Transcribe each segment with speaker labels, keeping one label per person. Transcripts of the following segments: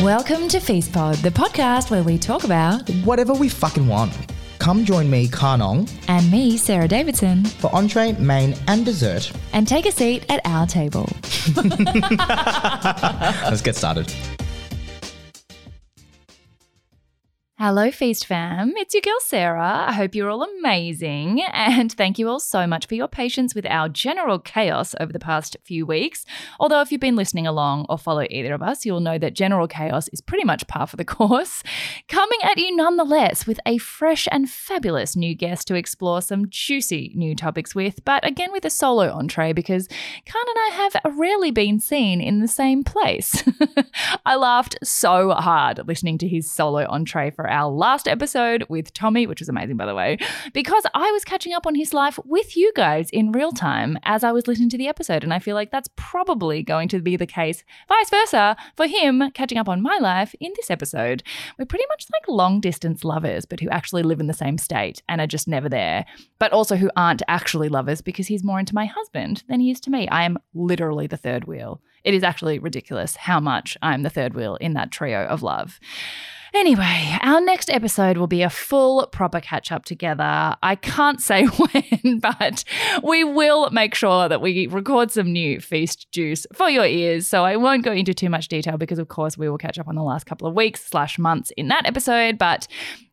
Speaker 1: Welcome to Feast Pod, the podcast where we talk about
Speaker 2: whatever we fucking want. Come join me, Karnong,
Speaker 1: and me, Sarah Davidson,
Speaker 2: for entree, main, and dessert.
Speaker 1: and take a seat at our table.
Speaker 2: Let's get started.
Speaker 1: Hello, Feast fam. It's your girl, Sarah. I hope you're all amazing. And thank you all so much for your patience with our general chaos over the past few weeks. Although, if you've been listening along or follow either of us, you'll know that general chaos is pretty much par for the course. Coming at you nonetheless with a fresh and fabulous new guest to explore some juicy new topics with, but again with a solo entree because Khan and I have rarely been seen in the same place. I laughed so hard listening to his solo entree for our last episode with Tommy, which was amazing, by the way, because I was catching up on his life with you guys in real time as I was listening to the episode. And I feel like that's probably going to be the case, vice versa, for him catching up on my life in this episode. We're pretty much like long distance lovers, but who actually live in the same state and are just never there, but also who aren't actually lovers because he's more into my husband than he is to me. I am literally the third wheel. It is actually ridiculous how much I'm the third wheel in that trio of love. Anyway, our next episode will be a full proper catch up together. I can't say when, but we will make sure that we record some new feast juice for your ears. So I won't go into too much detail because, of course, we will catch up on the last couple of weeks slash months in that episode. But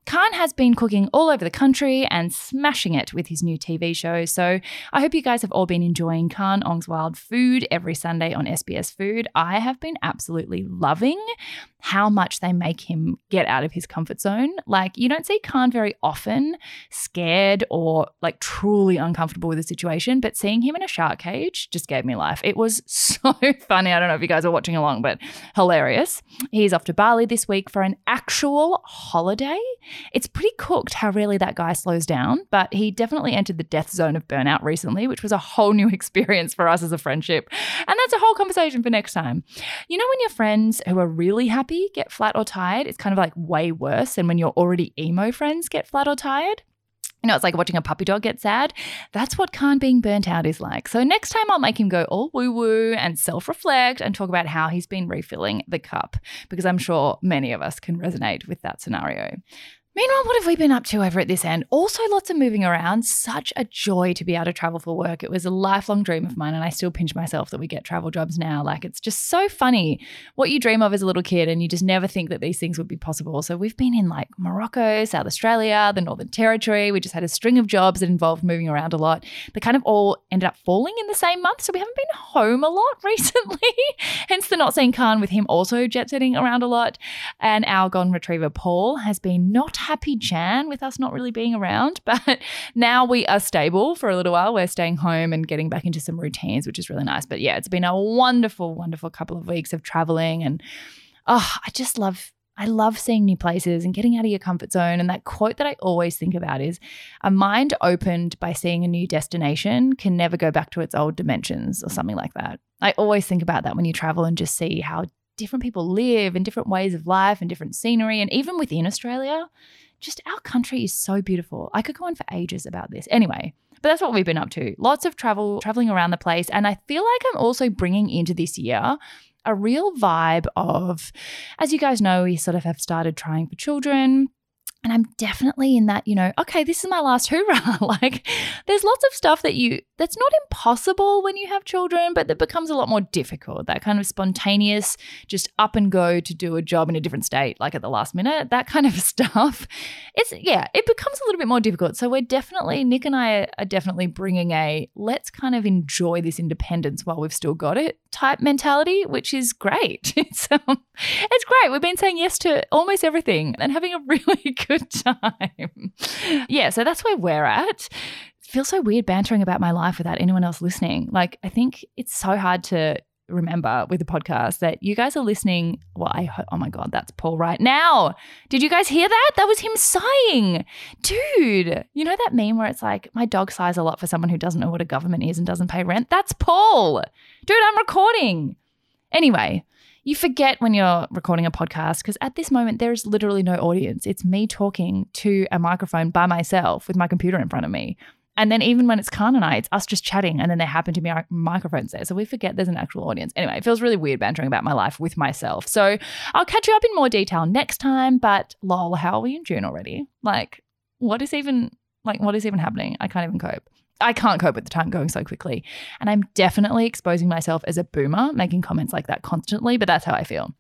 Speaker 1: Khan has been cooking all over the country and smashing it with his new TV show. So I hope you guys have all been enjoying Khan Ong's Wild Food every Sunday on SBS Food. I have been absolutely loving how much they make him get out of his comfort zone. Like, you don't see Khan very often scared or like truly uncomfortable with the situation, but seeing him in a shark cage just gave me life. It was so funny. I don't know if you guys are watching along, but hilarious. He's off to Bali this week for an actual holiday. It's pretty cooked how rarely that guy slows down, but he definitely entered the death zone of burnout recently, which was a whole new experience for us as a friendship. And that's a whole conversation for next time. You know, when your friends who are really happy get flat or tired, it's kind of like way worse than when your already emo friends get flat or tired. You know, it's like watching a puppy dog get sad. That's what Khan being burnt out is like. So next time I'll make him go all woo woo and self reflect and talk about how he's been refilling the cup, because I'm sure many of us can resonate with that scenario. Meanwhile, what have we been up to over at this end? Also, lots of moving around. Such a joy to be able to travel for work. It was a lifelong dream of mine, and I still pinch myself that we get travel jobs now. Like, it's just so funny what you dream of as a little kid, and you just never think that these things would be possible. So, we've been in like Morocco, South Australia, the Northern Territory. We just had a string of jobs that involved moving around a lot. They kind of all ended up falling in the same month. So, we haven't been home a lot recently, hence the not seeing Khan with him also jet setting around a lot. And our gone retriever, Paul, has been not not happy Jan with us not really being around, but now we are stable for a little while. We're staying home and getting back into some routines, which is really nice. But yeah, it's been a wonderful, wonderful couple of weeks of traveling and oh, I just love I love seeing new places and getting out of your comfort zone. And that quote that I always think about is a mind opened by seeing a new destination can never go back to its old dimensions or something like that. I always think about that when you travel and just see how different people live and different ways of life and different scenery. And even within Australia, just our country is so beautiful. I could go on for ages about this. Anyway, but that's what we've been up to. Lots of travel, traveling around the place. And I feel like I'm also bringing into this year a real vibe of, as you guys know, we sort of have started trying for children. And I'm definitely in that, you know, okay, this is my last hoorah. like, there's lots of stuff that you, that's not impossible when you have children, but that becomes a lot more difficult. That kind of spontaneous, just up and go to do a job in a different state, like at the last minute, that kind of stuff. It's, yeah, it becomes a little bit more difficult. So we're definitely, Nick and I are definitely bringing a let's kind of enjoy this independence while we've still got it type mentality, which is great. It's, um, it's great. We've been saying yes to almost everything and having a really good time. Yeah, so that's where we're at. It feels so weird bantering about my life without anyone else listening. Like, I think it's so hard to remember with the podcast that you guys are listening. Well, I ho- oh my god, that's Paul right now. Did you guys hear that? That was him sighing, dude. You know that meme where it's like my dog sighs a lot for someone who doesn't know what a government is and doesn't pay rent. That's Paul, dude. I'm recording. Anyway, you forget when you're recording a podcast because at this moment there is literally no audience. It's me talking to a microphone by myself with my computer in front of me. And then even when it's Khan and I, it's us just chatting, and then there happen to be our microphones there, so we forget there's an actual audience. Anyway, it feels really weird bantering about my life with myself. So I'll catch you up in more detail next time. But lol, how are we in June already? Like, what is even like what is even happening? I can't even cope. I can't cope with the time going so quickly, and I'm definitely exposing myself as a boomer making comments like that constantly. But that's how I feel.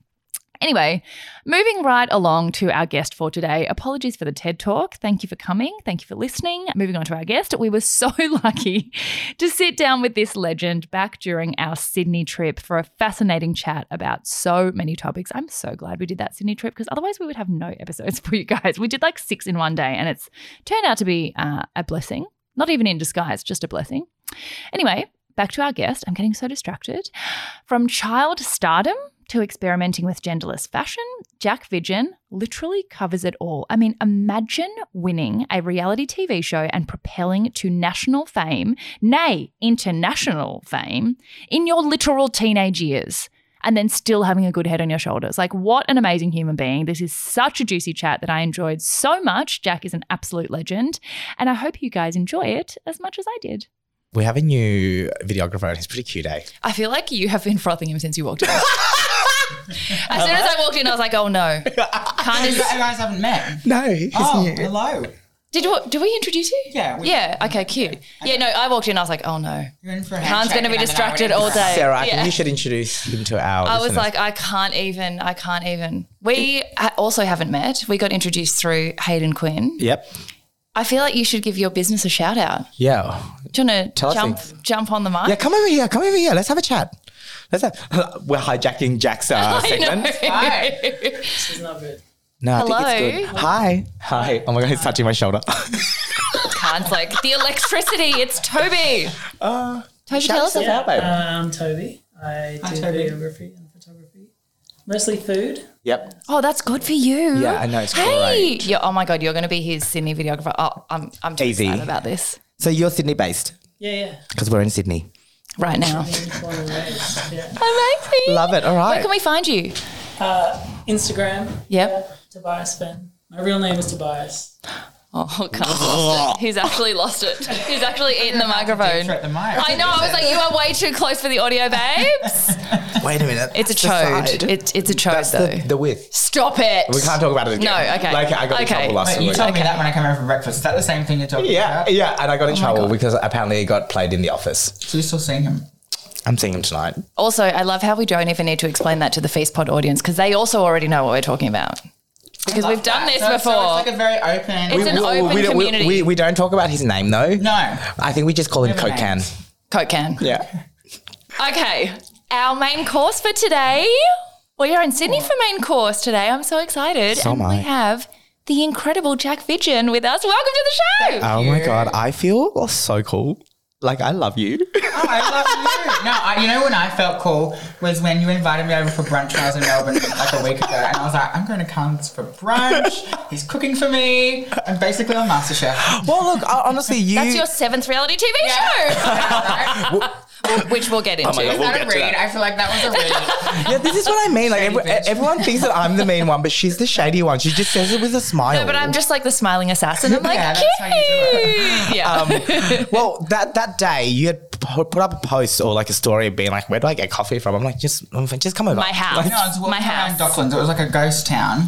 Speaker 1: Anyway, moving right along to our guest for today. Apologies for the TED talk. Thank you for coming. Thank you for listening. Moving on to our guest, we were so lucky to sit down with this legend back during our Sydney trip for a fascinating chat about so many topics. I'm so glad we did that Sydney trip because otherwise we would have no episodes for you guys. We did like six in one day and it's turned out to be uh, a blessing, not even in disguise, just a blessing. Anyway, back to our guest. I'm getting so distracted. From child stardom to experimenting with genderless fashion, Jack Vidgen literally covers it all. I mean, imagine winning a reality TV show and propelling to national fame, nay, international fame, in your literal teenage years. And then still having a good head on your shoulders. Like, what an amazing human being. This is such a juicy chat that I enjoyed so much. Jack is an absolute legend. And I hope you guys enjoy it as much as I did.
Speaker 2: We have a new videographer and he's pretty cute, eh?
Speaker 1: I feel like you have been frothing him since you walked in. as soon as I walked in, I was like, oh no. Khan
Speaker 3: You
Speaker 1: is.
Speaker 3: guys haven't met.
Speaker 2: No, he's
Speaker 3: Oh,
Speaker 2: new.
Speaker 3: hello.
Speaker 1: Did we, did we introduce you?
Speaker 3: Yeah, we-
Speaker 1: yeah. Okay. Cute. Yeah. No, I walked in. I was like, oh no.
Speaker 3: You're in for a
Speaker 1: Khan's
Speaker 3: handshake
Speaker 1: going to be
Speaker 3: and then I went
Speaker 1: distracted
Speaker 3: in
Speaker 1: all
Speaker 3: for
Speaker 1: day.
Speaker 2: Sarah, I
Speaker 1: Yeah.
Speaker 2: think you should introduce him to our.
Speaker 1: I was
Speaker 2: listeners.
Speaker 1: like, I can't even. I can't even. We ha- also haven't met. We got introduced through Hayden Quinn.
Speaker 2: yep,
Speaker 1: I feel like you should give your business a shout out.
Speaker 2: yeah,
Speaker 1: Do you want to
Speaker 2: us
Speaker 1: jump
Speaker 2: things.
Speaker 1: jump on the mic?
Speaker 2: yeah. Come over here, come over here. Let's have a chat. Let's have. We're hijacking Jack's uh,
Speaker 1: I know.
Speaker 2: segment.
Speaker 3: that.
Speaker 2: No, I think
Speaker 1: Hello?
Speaker 2: it's good. Hi, hi. Oh my god, he's touching my shoulder.
Speaker 1: Khan's like the electricity. It's Toby.
Speaker 2: uh,
Speaker 1: Toby,
Speaker 2: shout
Speaker 1: tell us
Speaker 2: yourself out, babe.
Speaker 4: Uh, I'm Toby. I do
Speaker 3: Toby.
Speaker 4: videography and photography, mostly food.
Speaker 2: Yep.
Speaker 1: Oh, that's good for you.
Speaker 2: Yeah, I know, it's
Speaker 1: Oh. hey. Yeah, oh my God, you're going to be his Sydney videographer. Oh, I'm, I'm too
Speaker 2: Easy.
Speaker 1: excited about this
Speaker 2: So you're Sydney based
Speaker 4: Yeah,
Speaker 2: because we're in Sydney.
Speaker 1: right now.
Speaker 4: yeah. Born and raised, yeah.
Speaker 1: Amazing.
Speaker 2: Love it. All
Speaker 1: Where
Speaker 2: right.
Speaker 1: can we find you?
Speaker 4: Instagram.
Speaker 1: Yep.
Speaker 4: yeah, Tobias Ben. My real name is Tobias.
Speaker 1: Oh, Khan's lost it. He's actually lost it. He's actually eaten the microphone.
Speaker 3: Threat the mic.
Speaker 1: I know. I was like, you are way too close for the audio, babes.
Speaker 2: Wait a minute.
Speaker 1: It's a
Speaker 2: That's the side.
Speaker 1: chode. It's, it's a chode,
Speaker 2: That's
Speaker 1: though.
Speaker 2: the, the width.
Speaker 1: Stop it.
Speaker 2: We can't talk about it again.
Speaker 1: No, okay.
Speaker 2: Like I got in
Speaker 1: Okay.
Speaker 2: trouble last
Speaker 3: Wait, you
Speaker 2: week.
Speaker 3: told me that when I came over for breakfast. Is that the same thing you're talking
Speaker 2: yeah,
Speaker 3: about?
Speaker 2: yeah, and I got in trouble
Speaker 1: Oh God.
Speaker 2: because apparently it got played in the office.
Speaker 3: So you're still seeing him?
Speaker 2: I'm seeing him tonight.
Speaker 1: Also, I love how we don't even need to explain that to the Feast Pod audience because they also already know what we're talking about. Because we've done this
Speaker 3: So- so
Speaker 1: before.
Speaker 3: it's like a very open.
Speaker 1: It's an open
Speaker 2: we, don't- we-
Speaker 1: community.
Speaker 2: We, we don't talk about his name though.
Speaker 3: no.
Speaker 2: I think we just call him
Speaker 3: Never
Speaker 2: Coke Can.
Speaker 3: names.
Speaker 1: Coke can.
Speaker 2: Yeah.
Speaker 1: Okay, our main course for today. We are in Sydney for main course today. I'm so excited.
Speaker 2: So
Speaker 1: and
Speaker 2: am I.
Speaker 1: we have the incredible Jack Vidgen with us. Welcome to the show.
Speaker 2: Oh my god, I feel so cool. Like I love you.
Speaker 3: Oh, I love you. No, I, you know when I felt cool was when you invited me over for brunch when I was in Melbourne like a week ago, and I was like, I'm going to come for brunch. He's cooking for me. I'm basically a master chef.
Speaker 2: well, look, I, honestly, you.
Speaker 1: That's your seventh reality TV show, which we'll get into.
Speaker 2: Oh my God.
Speaker 3: Is
Speaker 2: We'll
Speaker 3: that
Speaker 2: get
Speaker 3: a
Speaker 2: to
Speaker 3: read?
Speaker 2: that.
Speaker 3: I feel like that was a read.
Speaker 2: yeah, this is what I mean. Like
Speaker 3: Shady
Speaker 2: every,
Speaker 3: bitch.
Speaker 2: everyone thinks that I'm the mean one, but she's the shady one. She just says it with a smile.
Speaker 1: No, but I'm just like the smiling assassin. I'm like,
Speaker 3: Yeah, that's how you do
Speaker 1: cute. Yeah.
Speaker 2: well, that that day you had pu- put up a post or like a story of being like, "Where do I get coffee from?" I'm like, "Just, um, just come over."
Speaker 1: my house.
Speaker 3: No, I was walking
Speaker 1: my house.
Speaker 3: around Docklands. It was like a ghost town.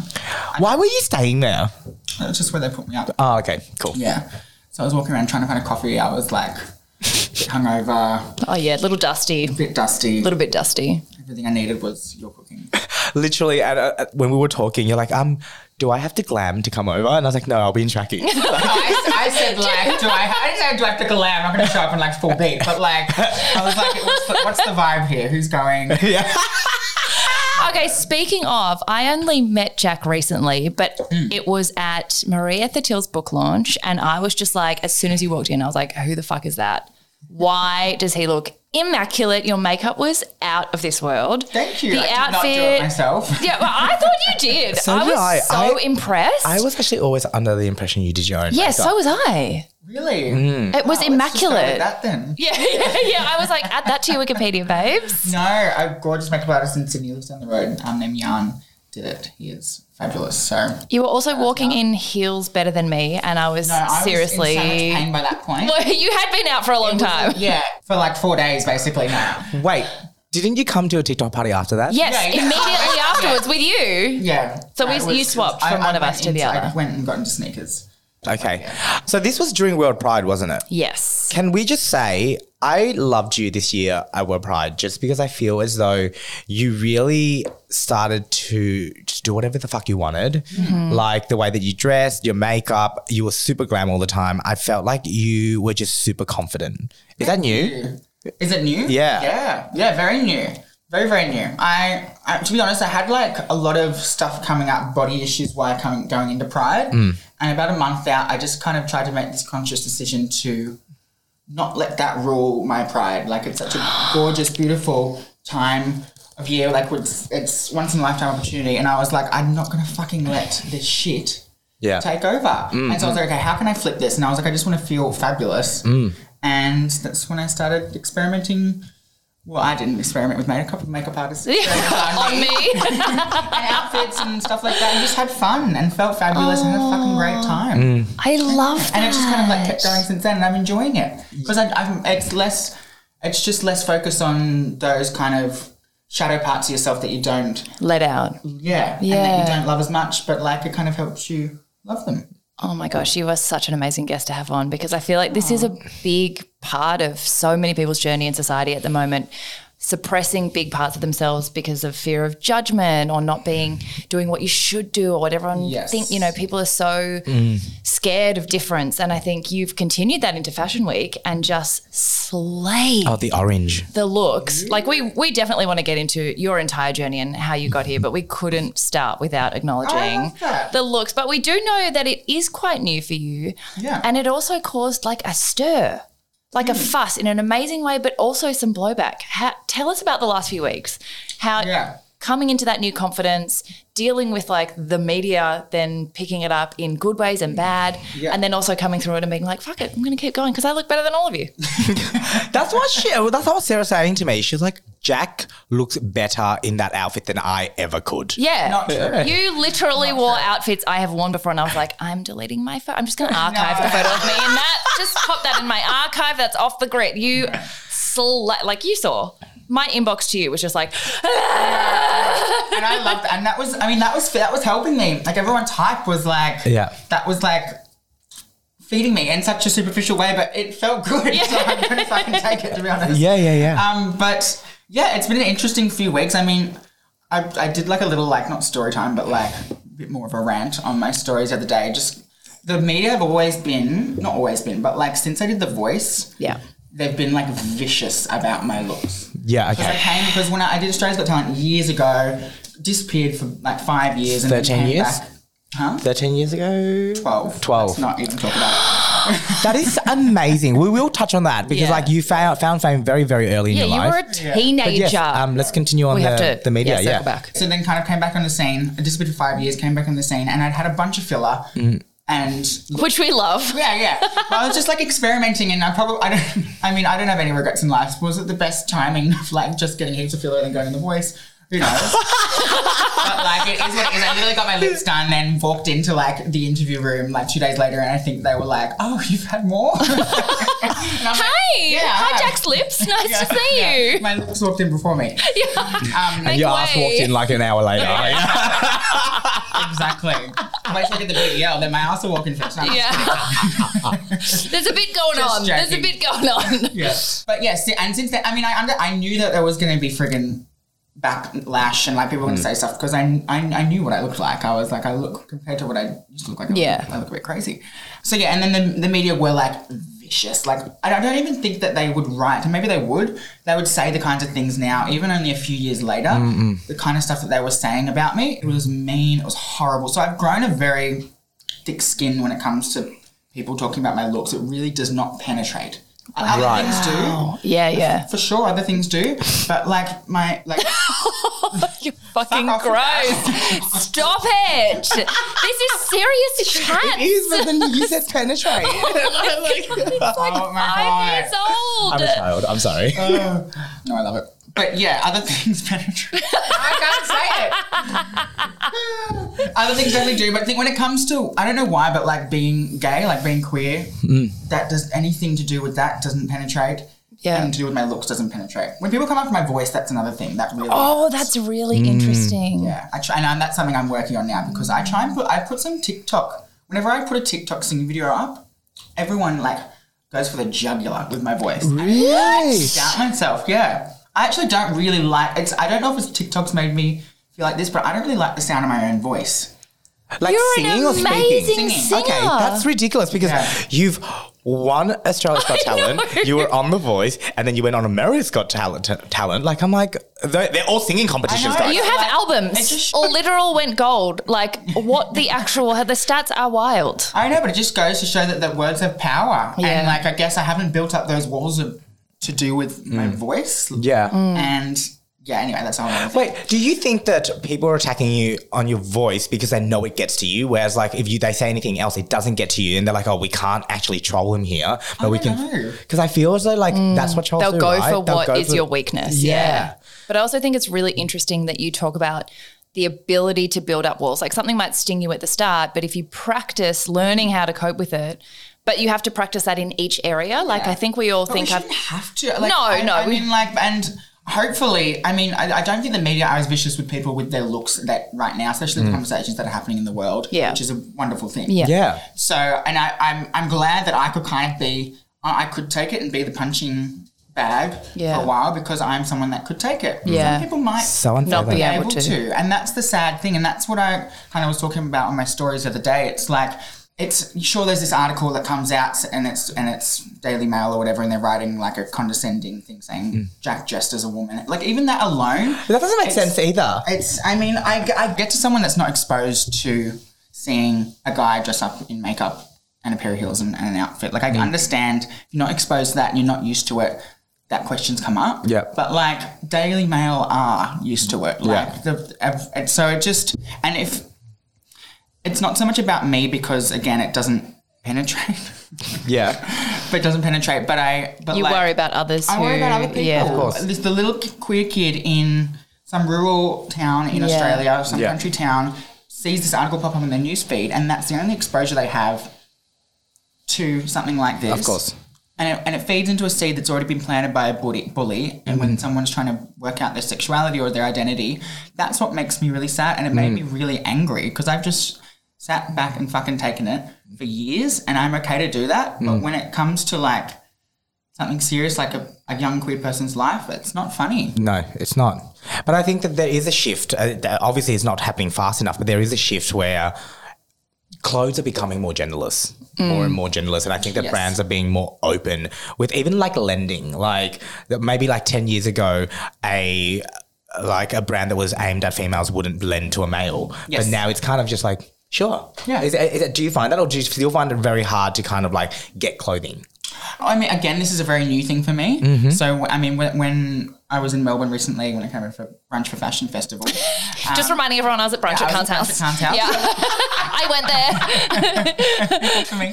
Speaker 2: Why were you staying there?
Speaker 3: That's just where they put me up.
Speaker 2: Oh, okay, cool.
Speaker 3: Yeah. So I was walking around trying to find a coffee. I was like hungover,
Speaker 1: Oh yeah, a little dusty.
Speaker 3: a bit dusty.
Speaker 1: A little bit dusty.
Speaker 3: Everything I needed was your cooking.
Speaker 2: Literally, at, uh, at- when we were talking, you're like, "Um, do I have to glam to come over?" And I was like, "No, I'll be in tracking."
Speaker 3: No, I, I said like, do I? I didn't say do I pick a lamb? I'm gonna show up in like full beat, but like, I was like, what's the, what's the vibe here? Who's going?
Speaker 2: yeah.
Speaker 3: Ah.
Speaker 1: Okay, speaking of, I only met Jack recently, but
Speaker 3: Hmm.
Speaker 1: it was at Maria Thetil's book launch. And I was just like, as soon as you walked in, I was like, who the fuck is that? Why does he look immaculate? Your makeup was out of this world.
Speaker 3: Thank you.
Speaker 1: The
Speaker 3: I did
Speaker 1: outfit.
Speaker 3: not do it myself.
Speaker 1: Yeah, well, I thought you did.
Speaker 2: So
Speaker 1: I
Speaker 2: did
Speaker 1: was
Speaker 2: I.
Speaker 1: so
Speaker 2: I-
Speaker 1: impressed.
Speaker 2: I was actually always under the impression you did your own.
Speaker 1: yeah,
Speaker 2: makeup.
Speaker 1: so was I.
Speaker 3: Really? Oh,
Speaker 2: Mm.
Speaker 1: It was
Speaker 3: Let's just go with
Speaker 1: immaculate.
Speaker 3: That then.
Speaker 1: Yeah, yeah, yeah. I was like, add that to your Wikipedia, babes.
Speaker 3: No, a gorgeous makeup artist in Sydney lives down the road um, named Jan. did it. He is fabulous. So
Speaker 1: You were also walking in heels better than me, and I was
Speaker 3: No, I
Speaker 1: seriously.
Speaker 3: was in so much pain by that point.
Speaker 1: Well, you had been out for a long time.
Speaker 3: Yeah, for like four days basically now.
Speaker 2: Wait, didn't you come to a TikTok party after that?
Speaker 1: Yes,
Speaker 3: Yeah, yeah.
Speaker 1: immediately
Speaker 3: Yeah.
Speaker 1: afterwards with you.
Speaker 3: Yeah.
Speaker 1: So we-
Speaker 3: It was-
Speaker 1: you swapped
Speaker 3: I-
Speaker 1: from
Speaker 3: I
Speaker 1: one of
Speaker 3: went
Speaker 1: us to the
Speaker 3: into- I
Speaker 1: other.
Speaker 3: went and got into sneakers.
Speaker 2: Okay. So this was during World Pride, wasn't it?
Speaker 1: Yes.
Speaker 2: Can we just say I loved you this year at World Pride just because I feel as though you really started to just do whatever the fuck you wanted. Like the way that you dressed, your makeup, you were super glam all the time. I felt like you were just super confident. Is that new?
Speaker 3: Is it new?
Speaker 2: Yeah.
Speaker 3: Yeah. Yeah, very new. Very, very new. I, I to be honest, I had like a lot of stuff coming up, body issues while coming going into Pride. And about a month out, I just kind of tried to make this conscious decision to not let that rule my pride. Like it's such a gorgeous, beautiful time of year. Like it's it's once in a lifetime opportunity. And I was like, I'm not gonna fucking let this shit
Speaker 2: Yeah.
Speaker 3: take over.
Speaker 1: Mm-hmm.
Speaker 3: And so I was like, okay, how can I flip this? And I was like, I just want to feel fabulous.
Speaker 1: Mm.
Speaker 3: And that's when I started experimenting. Well, I didn't experiment with makeup, with makeup artists,
Speaker 1: On me.
Speaker 3: and outfits and stuff like that. And just had fun and felt fabulous and had a fucking great time.
Speaker 1: I love
Speaker 3: And it just kind of like kept going since then. And I'm enjoying it because I'm it's less, it's just less focused on those kind of shadow parts of yourself that you don't,
Speaker 1: let out.
Speaker 3: yeah, and
Speaker 1: Yeah.
Speaker 3: that you don't love as much. But like, it kind of helps you love them.
Speaker 1: Oh my gosh, you are such an amazing guest to have on because I feel like this is a big part of so many people's journey in society at the moment. Suppressing big parts of themselves because of fear of judgment or not being doing what you should do or what everyone
Speaker 3: Yes.
Speaker 1: think. You know, people are so scared of difference, and I think you've continued that into Fashion Week and just slayed
Speaker 2: Oh, the orange.
Speaker 1: the looks.
Speaker 3: Mm-hmm.
Speaker 1: Like we we definitely want to get into your entire journey and how you got here, but we couldn't start without
Speaker 3: I
Speaker 1: acknowledging
Speaker 3: love that.
Speaker 1: the looks. But we do know that it is quite new for you.
Speaker 3: Yeah. Mm.
Speaker 1: And it also caused like a stir. Like a fuss in an amazing way, but also some blowback. How, tell us about the last few weeks. How
Speaker 3: Yeah.
Speaker 1: coming into that new confidence, dealing with like the media, then picking it up in good ways and bad,
Speaker 3: Yeah.
Speaker 1: and then also coming through it and being like, "Fuck it, I'm going to keep going because I look better than all of you."
Speaker 2: That's what she. That's what Sarah's saying to me. She's like, Jack looks better in that outfit than I ever could.
Speaker 1: Yeah.
Speaker 3: Not true.
Speaker 1: You literally wore outfits I have worn before, and I was like, I'm deleting my photo. I'm just going to archive
Speaker 3: No.
Speaker 1: the photo of me and that. Just pop that in my archive. That's off the grid. You, sla- like you saw, my inbox to you was just like,
Speaker 3: and I loved that. And that was, I mean, that was that was helping me. Like everyone's hype was like,
Speaker 2: Yeah.
Speaker 3: that was like feeding me in such a superficial way, but it felt good. So I'm gonna fucking take it to be honest.
Speaker 2: Yeah, yeah, yeah.
Speaker 3: Um, but yeah, it's been an interesting few weeks. I mean, I, I did like a little like not story time, but like a bit more of a rant on my stories the other day. Just the media have always been not always been, but like since I did The Voice,
Speaker 1: yeah.
Speaker 3: they've been like vicious about my looks.
Speaker 2: yeah.
Speaker 3: Because
Speaker 2: Okay.
Speaker 3: I came because when I, I did Australia's Got Talent years ago, disappeared for like five years and then
Speaker 2: 13
Speaker 3: came
Speaker 2: years?
Speaker 3: back. Huh?
Speaker 2: Thirteen years ago.
Speaker 3: Twelve.
Speaker 2: 12.
Speaker 3: Let's not even talk about
Speaker 2: That is amazing. we will touch on that because
Speaker 1: Yeah.
Speaker 2: like you found found fame very very early in
Speaker 1: Yeah,
Speaker 2: your
Speaker 1: you
Speaker 2: life.
Speaker 1: were a teenager.
Speaker 2: yes, um, let's continue on
Speaker 1: we
Speaker 2: the,
Speaker 1: have to
Speaker 2: the media.
Speaker 1: circle
Speaker 2: Yeah,
Speaker 1: back.
Speaker 3: it. So then kind of came back on the scene. I disappeared for five years, came back on the scene, and I'd had a bunch of filler and
Speaker 1: Which we love.
Speaker 3: Yeah, yeah. Well, I was just like experimenting, and I probably, I don't, I mean, I don't have any regrets in life. Was it the best timing of like just getting heaps of filler and then going to the voice? Who knows? but like, it is what it is. I literally got my lips done, then walked into like the interview room like two days later, and I think they were like, "Oh, you've had more." And I'm like,
Speaker 1: Hi.
Speaker 3: Yeah,
Speaker 1: Hi,
Speaker 3: hi.
Speaker 1: Jack's lips. Nice to see
Speaker 3: yeah.
Speaker 1: you.
Speaker 3: My lips walked in before me. Um,
Speaker 1: Make
Speaker 2: Your ass
Speaker 1: way.
Speaker 2: walked in like an hour later.
Speaker 3: exactly. If I look at the BEL, E then my ass will walk in first. No, I'm just kidding.
Speaker 1: Yeah. There's a bit going
Speaker 3: Just
Speaker 1: on. There's a
Speaker 3: joking.
Speaker 1: bit going on.
Speaker 3: Yes. But yes, yeah, and since then, I mean, I under, I knew that there was going to be friggin' backlash and like people were going to say stuff because I, I I knew what I looked like. I was like, I look compared to what I used to look like. I look-
Speaker 1: Yeah.
Speaker 3: I look a bit crazy. So yeah, and then the, the media were like vicious. Like I don't- I don't even think that they would write, and maybe they would. They would say the kinds of things now, even only a few years later, the kind of stuff that they were saying about me. It was mean. It was horrible. So I've grown a very thick skin when it comes to people talking about my looks. It really does not penetrate. Other
Speaker 2: Right.
Speaker 3: things do.
Speaker 1: Yeah, yeah.
Speaker 3: For sure, other things do. But like my like
Speaker 1: You're fucking
Speaker 3: Fuck off.
Speaker 1: gross. Stop it. This is serious
Speaker 2: It
Speaker 1: chat.
Speaker 2: is, but then you said penetrate.
Speaker 1: It's like
Speaker 3: Oh my
Speaker 1: five years
Speaker 3: God.
Speaker 1: old.
Speaker 2: I'm a child. I'm sorry.
Speaker 3: No, I love it. But yeah, other things penetrate. I can't say it. other things definitely do, but I think when it comes to I don't know why, but like being gay, like being queer, that does anything to do with that doesn't penetrate.
Speaker 1: Yeah.
Speaker 3: Anything to do with my looks doesn't penetrate. When people come after my voice, that's another thing that really.
Speaker 1: Oh, that's really interesting.
Speaker 3: Yeah, I try, and I'm, that's something I'm working on now because I try and put I put some TikTok. Whenever I put a TikTok singing video up, everyone like goes for the jugular with my voice.
Speaker 2: Really?
Speaker 3: doubt myself. Yeah, I actually don't really like. It's I don't know if it's TikTok's made me feel like this, but I don't really like the sound of my own voice.
Speaker 2: Like
Speaker 1: You're
Speaker 2: singing
Speaker 1: an
Speaker 2: or speaking?
Speaker 1: amazing singer.
Speaker 3: Singing. Okay,
Speaker 2: That's ridiculous because
Speaker 3: Yeah.
Speaker 2: you've won Australia's Got
Speaker 1: I know.
Speaker 2: Talent, you were on The Voice, and then you went on America's Got Talent. talent. Like, I'm like, they're, they're all singing competitions,
Speaker 3: I know.
Speaker 2: guys.
Speaker 1: You have
Speaker 3: Like,
Speaker 1: albums.
Speaker 3: it just-
Speaker 1: Literal went gold. Like what the actual the stats are wild.
Speaker 3: I know, but it just goes to show that the words have power,
Speaker 1: Yeah.
Speaker 3: and like I guess I haven't built up those walls of, to do with my voice.
Speaker 2: Mm. yeah.
Speaker 3: and yeah. Anyway, that's all. Wait,
Speaker 2: Wait, do you think that people are attacking you on your voice because they know it gets to you? Whereas, like, if you they say anything else, it doesn't get to you, and they're like, "Oh, we can't actually troll him here, but we
Speaker 3: don't
Speaker 2: can."
Speaker 3: know.
Speaker 2: Because I feel as though like that's what trolls
Speaker 1: Mm. They'll
Speaker 2: do,
Speaker 1: go
Speaker 2: right?
Speaker 1: for
Speaker 2: They'll
Speaker 1: what
Speaker 2: go
Speaker 1: is
Speaker 2: for-
Speaker 1: your weakness.
Speaker 2: Yeah.
Speaker 1: But I also think it's really interesting that you talk about the ability to build up walls. Like something might sting you at the start, but if you practice learning how to cope with it, but you have to practice that in each area. Like I think we all
Speaker 3: we
Speaker 1: think I've
Speaker 3: shouldn't have to. Like,
Speaker 1: No,
Speaker 3: I,
Speaker 1: no,
Speaker 3: I
Speaker 1: we-
Speaker 3: mean, like, and hopefully, I mean, I, I don't think the media are as vicious with people with their looks that right now, especially the conversations that are happening in the world.
Speaker 1: Yeah.
Speaker 3: which is a wonderful thing.
Speaker 1: Yeah.
Speaker 2: Yeah.
Speaker 3: So, and I, I'm I'm glad that I could kind of be, I I could take it and be the punching bag
Speaker 1: Yeah.
Speaker 3: for a while because I'm someone that could take it.
Speaker 1: Yeah.
Speaker 3: Some people might
Speaker 2: So unfair.
Speaker 1: Not be
Speaker 2: though.
Speaker 1: able-
Speaker 3: able,
Speaker 1: to.
Speaker 3: to. And that's the sad thing. And that's what I kind of was talking about on my stories the other day. It's like, it's sure there's this article that comes out and it's and it's Daily Mail or whatever, and they're writing like a condescending thing saying Jack dressed as a woman. Like even that alone,
Speaker 2: That doesn't make sense either.
Speaker 3: it's. I mean, I, g- I get to someone that's not exposed to seeing a guy dress up in makeup and a pair of heels and, and an outfit. Like I
Speaker 2: Mm.
Speaker 3: understand if you're not exposed to that and you're not used to it. That questions come up.
Speaker 2: Yeah.
Speaker 3: But like Daily Mail are used to it. Like
Speaker 2: Yeah.
Speaker 3: the, ev- and so it just and if it's not so much about me because again it doesn't penetrate,
Speaker 2: Yeah.
Speaker 3: but it doesn't penetrate. But I but
Speaker 1: you
Speaker 3: like,
Speaker 1: worry about others.
Speaker 3: I worry
Speaker 1: who-
Speaker 3: about other people.
Speaker 1: Yeah.
Speaker 2: course.
Speaker 3: There's the little k- queer kid in some rural town in Australia, some
Speaker 2: Yeah.
Speaker 3: country town, sees this article pop up in their newsfeed, and that's the only exposure they have to something like this.
Speaker 2: Of course.
Speaker 3: And it, and it feeds into a seed that's already been planted by a bully. bully.
Speaker 2: Mm-hmm.
Speaker 3: And when someone's trying to work out their sexuality or their identity, that's what makes me really sad. And it
Speaker 2: Mm.
Speaker 3: made me really angry because I've just sat back and fucking taken it for years. And I'm okay to do that.
Speaker 2: Mm.
Speaker 3: But when it comes to like something serious, like a, a young queer person's life, it's not funny.
Speaker 2: No, it's not. But I think that there is a shift. Uh, that obviously, it's not happening fast enough, but there is a shift where clothes are becoming more genderless, more and more genderless. And I think that
Speaker 3: Yes.
Speaker 2: brands are being more open with even like lending. Like that maybe like 10 years ago, a like a brand that was aimed at females wouldn't lend to a male.
Speaker 3: Yes.
Speaker 2: But now it's kind of just like, sure.
Speaker 3: Yeah.
Speaker 2: Is, is it, do you find that or do you still find it very hard to kind of like get clothing?
Speaker 3: I mean, again, this is a very new thing for me.
Speaker 1: Mm-hmm.
Speaker 3: So, I mean, when, when I was in Melbourne recently, when I came in for brunch for Fashion Festival,
Speaker 1: Just reminding everyone I was at brunch at
Speaker 3: I
Speaker 1: Khan's
Speaker 3: was at brunch
Speaker 1: house.
Speaker 3: at Khan's house.
Speaker 1: Yeah. I went there.
Speaker 3: for me.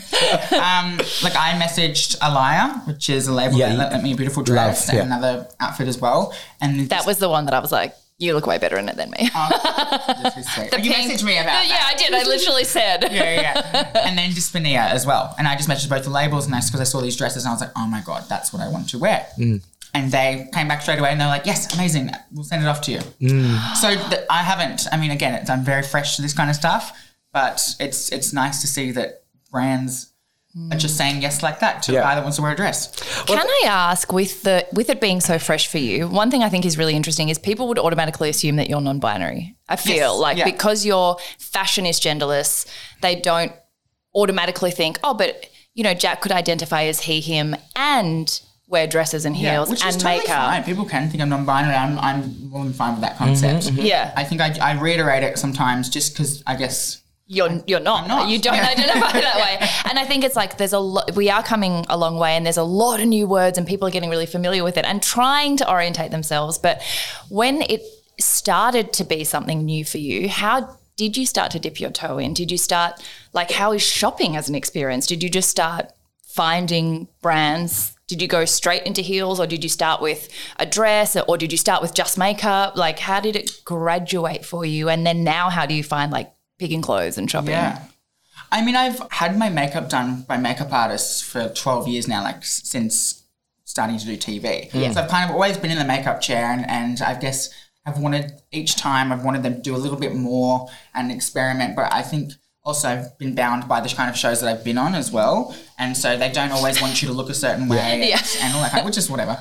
Speaker 3: Um, like I messaged Alaya, which is a label
Speaker 2: Yeah,
Speaker 3: that
Speaker 2: you-
Speaker 3: lent me a beautiful dress
Speaker 2: Love,
Speaker 3: and
Speaker 2: yeah.
Speaker 3: another outfit as well. And
Speaker 1: That was the one that I was like, you look way better in it than me.
Speaker 3: Oh, this was sweet. you
Speaker 1: pink-
Speaker 3: messaged me about
Speaker 1: yeah, I did. I literally said.
Speaker 3: yeah, yeah. And then Dyspnea as well. And I just messaged both the labels and that's because I saw these dresses and I was like, oh my God, that's what I want to wear. And they came back straight away and they're like, yes, amazing. We'll send it off to you. So th- I haven't, I mean, again, it's, I'm very fresh to this kind of stuff, but it's, it's nice to see that brands
Speaker 1: Mm.
Speaker 3: are just saying yes like that to
Speaker 2: Yeah.
Speaker 3: a guy that wants to wear a dress.
Speaker 1: Can I ask, with the with it being so fresh for you, one thing I think is really interesting is people would automatically assume that you're non-binary. I feel
Speaker 3: Yes,
Speaker 1: like
Speaker 3: yeah.
Speaker 1: because your fashion is genderless, they don't automatically think, oh, but you know, Jack could identify as he, him, and wear dresses and heels
Speaker 3: which
Speaker 1: and
Speaker 3: is totally
Speaker 1: makeup.
Speaker 3: fine. People can think I'm non-binary. I'm, I'm more than fine with that concept.
Speaker 1: Yeah.
Speaker 3: I think I, I reiterate it sometimes just because I guess
Speaker 1: you're you're not.
Speaker 3: not.
Speaker 1: You don't
Speaker 3: Yeah.
Speaker 1: identify that way. And I think it's like there's a lot. We are coming a long way, and there's a lot of new words, and people are getting really familiar with it and trying to orientate themselves. But when it started to be something new for you, how did you start to dip your toe in? Did you start like how is shopping as an experience? Did you just start finding brands? Did you go straight into heels or did you start with a dress or, or did you start with just makeup? Like, how did it graduate for you? And then now, how do you find like picking clothes and shopping?
Speaker 3: Yeah. I mean, I've had my makeup done by makeup artists for 12 years now, like s- since starting to do TV.
Speaker 1: Hmm.
Speaker 3: So I've kind of always been in the makeup chair, and, and I guess I've wanted each time, I've wanted them to do a little bit more and experiment. But I think also I've been bound by the kind of shows that I've been on as well. And so they don't always want you to look a certain way
Speaker 1: Yeah.
Speaker 3: and all that kind of, which is whatever.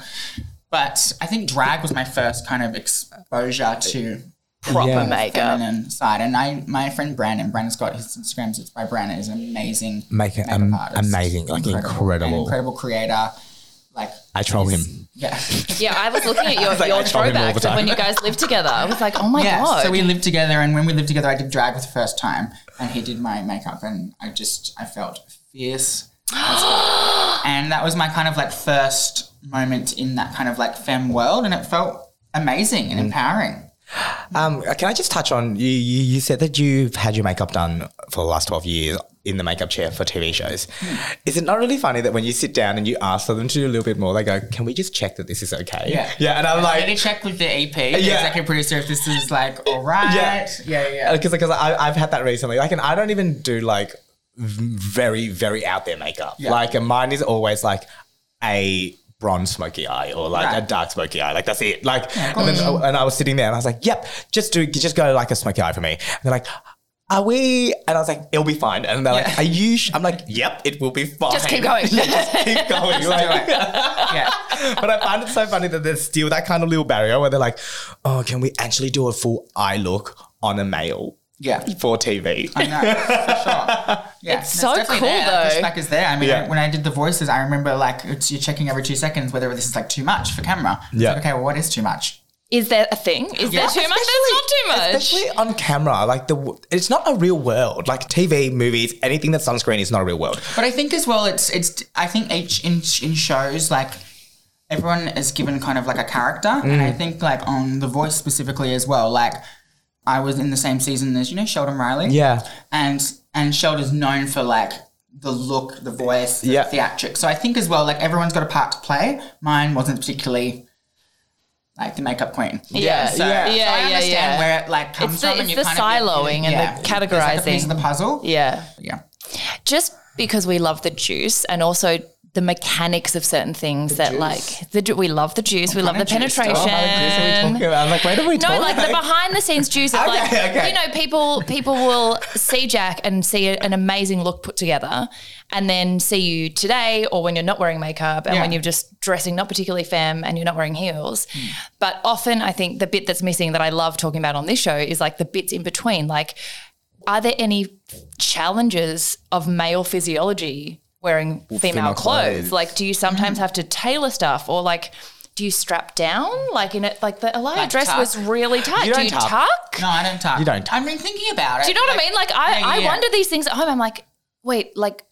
Speaker 3: But I think drag was my first kind of exposure to
Speaker 1: Proper
Speaker 2: Yeah.
Speaker 1: makeup.
Speaker 3: feminine side. And I, my friend Brandon, Brandon's got his Instagrams. It's by Brandon. Is an amazing,
Speaker 2: Make it
Speaker 3: makeup
Speaker 2: am-
Speaker 3: artist.
Speaker 2: amazing, like
Speaker 3: an
Speaker 2: incredible.
Speaker 3: incredible creator. Like
Speaker 2: I troll him.
Speaker 3: yeah,
Speaker 1: Yeah, I was looking at your, your
Speaker 2: I told him all the
Speaker 1: throwbacks of when
Speaker 2: time.
Speaker 1: you guys lived together. I was like, oh my
Speaker 3: yeah.
Speaker 1: God.
Speaker 3: So we lived together, and when we lived together, I did drag for the first time, and he did my makeup, and I just I felt fierce. as fuck. and that was my kind of like first moment in that kind of like femme world, and it felt amazing
Speaker 2: Mm.
Speaker 3: and empowering.
Speaker 2: Um, can I just touch on you, you? You said that you've had your makeup done for the last twelve years in the makeup chair for TV shows. Is it not really funny that when you sit down and you ask for them to do a little bit more, they go, "Can we just check that this is okay?"
Speaker 3: Yeah.
Speaker 2: yeah. And I'm
Speaker 3: I need
Speaker 2: like,
Speaker 3: to check with the EP, the
Speaker 2: Yeah.
Speaker 3: executive producer, if this is like all right.
Speaker 2: Yeah.
Speaker 3: yeah, yeah.
Speaker 2: because because I've had that recently. Like, and I don't even do like v- very very out there makeup.
Speaker 3: Yeah.
Speaker 2: Like, and mine is always like a bronze smoky eye or like
Speaker 3: Right.
Speaker 2: a dark smoky eye. Like that's it. Like, and, then, and I was sitting there and I was like, "Yep, just do just go like a smoky eye for me." And they're like. Are we? And I was like, it'll be fine. And they're like,
Speaker 3: Yeah.
Speaker 2: are you? Sh-? I'm like, yep, it will be fine.
Speaker 1: Just keep going.
Speaker 2: keep going. Like,
Speaker 3: yeah.
Speaker 2: but I find it so funny that there's still that kind of little barrier where they're like, oh, can we actually do a full eye look on a male?
Speaker 3: Yeah.
Speaker 2: for TV.
Speaker 3: No, for sure. Yeah,
Speaker 1: It's
Speaker 3: and
Speaker 1: so
Speaker 3: definitely
Speaker 1: cool,
Speaker 3: there.
Speaker 1: though.
Speaker 3: Pushback is there. I mean,
Speaker 2: Yeah.
Speaker 3: when I did the voices, I remember like it's, you're checking every two seconds whether this is like too much for camera. It's
Speaker 2: Yeah.
Speaker 3: like, okay, well, what is too much?
Speaker 1: Is there a thing? Is
Speaker 3: Yeah.
Speaker 1: there too much? There's not too much.
Speaker 2: Especially on camera, like the w- it's not a real world. Like TV, movies, anything that's on screen is not a real world.
Speaker 3: But I think as well, it's it's. I think each in in shows like everyone is given kind of like a character, and
Speaker 2: Mm.
Speaker 3: I think like on The Voice specifically as well. Like I was in the same season as you know Sheldon Riley. and and Sheldon's known for like the look, the voice, the
Speaker 2: Yeah.
Speaker 3: theatrics. So I think as well, like everyone's got a part to play. Mine wasn't particularly like the makeup queen.
Speaker 1: Yeah,
Speaker 3: so,
Speaker 1: yeah. Yeah,
Speaker 3: so I
Speaker 1: yeah,
Speaker 3: understand
Speaker 1: yeah.
Speaker 3: where it like comes
Speaker 1: It's the-
Speaker 3: from.
Speaker 1: it's
Speaker 3: and you
Speaker 1: the
Speaker 3: kind of get-
Speaker 1: siloing and the
Speaker 3: It's like a piece
Speaker 1: categorizing.
Speaker 3: of the puzzle.
Speaker 1: yeah.
Speaker 3: yeah.
Speaker 1: Just because we love the juice and also the mechanics of certain things that
Speaker 3: juice?
Speaker 1: like the ju- we love the juice, we love
Speaker 3: kind
Speaker 1: the
Speaker 3: of juice?
Speaker 1: penetration.
Speaker 2: Oh, are we talking about? Like, where do we
Speaker 1: No,
Speaker 2: talk?
Speaker 1: like the behind the scenes juice of like
Speaker 2: Okay, okay.
Speaker 1: you know people people will see Jack and see an amazing look put together, and then see you today or when you're not wearing makeup and
Speaker 3: Yeah.
Speaker 1: when you're just dressing not particularly femme and you're not wearing heels. But often I think the bit that's missing that I love talking about on this show is like the bits in between. Like, are there any challenges of male physiology wearing female,
Speaker 2: female
Speaker 1: clothes?
Speaker 2: clothes.
Speaker 1: Like, do you sometimes have to tailor stuff or like? Do you strap down like in it? Like the Alaya
Speaker 3: Like
Speaker 1: dress
Speaker 3: tuck.
Speaker 1: was really tight.
Speaker 2: You
Speaker 1: do
Speaker 2: don't
Speaker 1: you
Speaker 2: tuck.
Speaker 1: tuck?
Speaker 3: No, I don't talk.
Speaker 2: You don't tuck.
Speaker 3: I mean, thinking about it.
Speaker 1: Do you know what I mean? Like I,
Speaker 3: yeah,
Speaker 1: I
Speaker 3: yeah.
Speaker 1: wonder these things at home. I'm like, wait, like,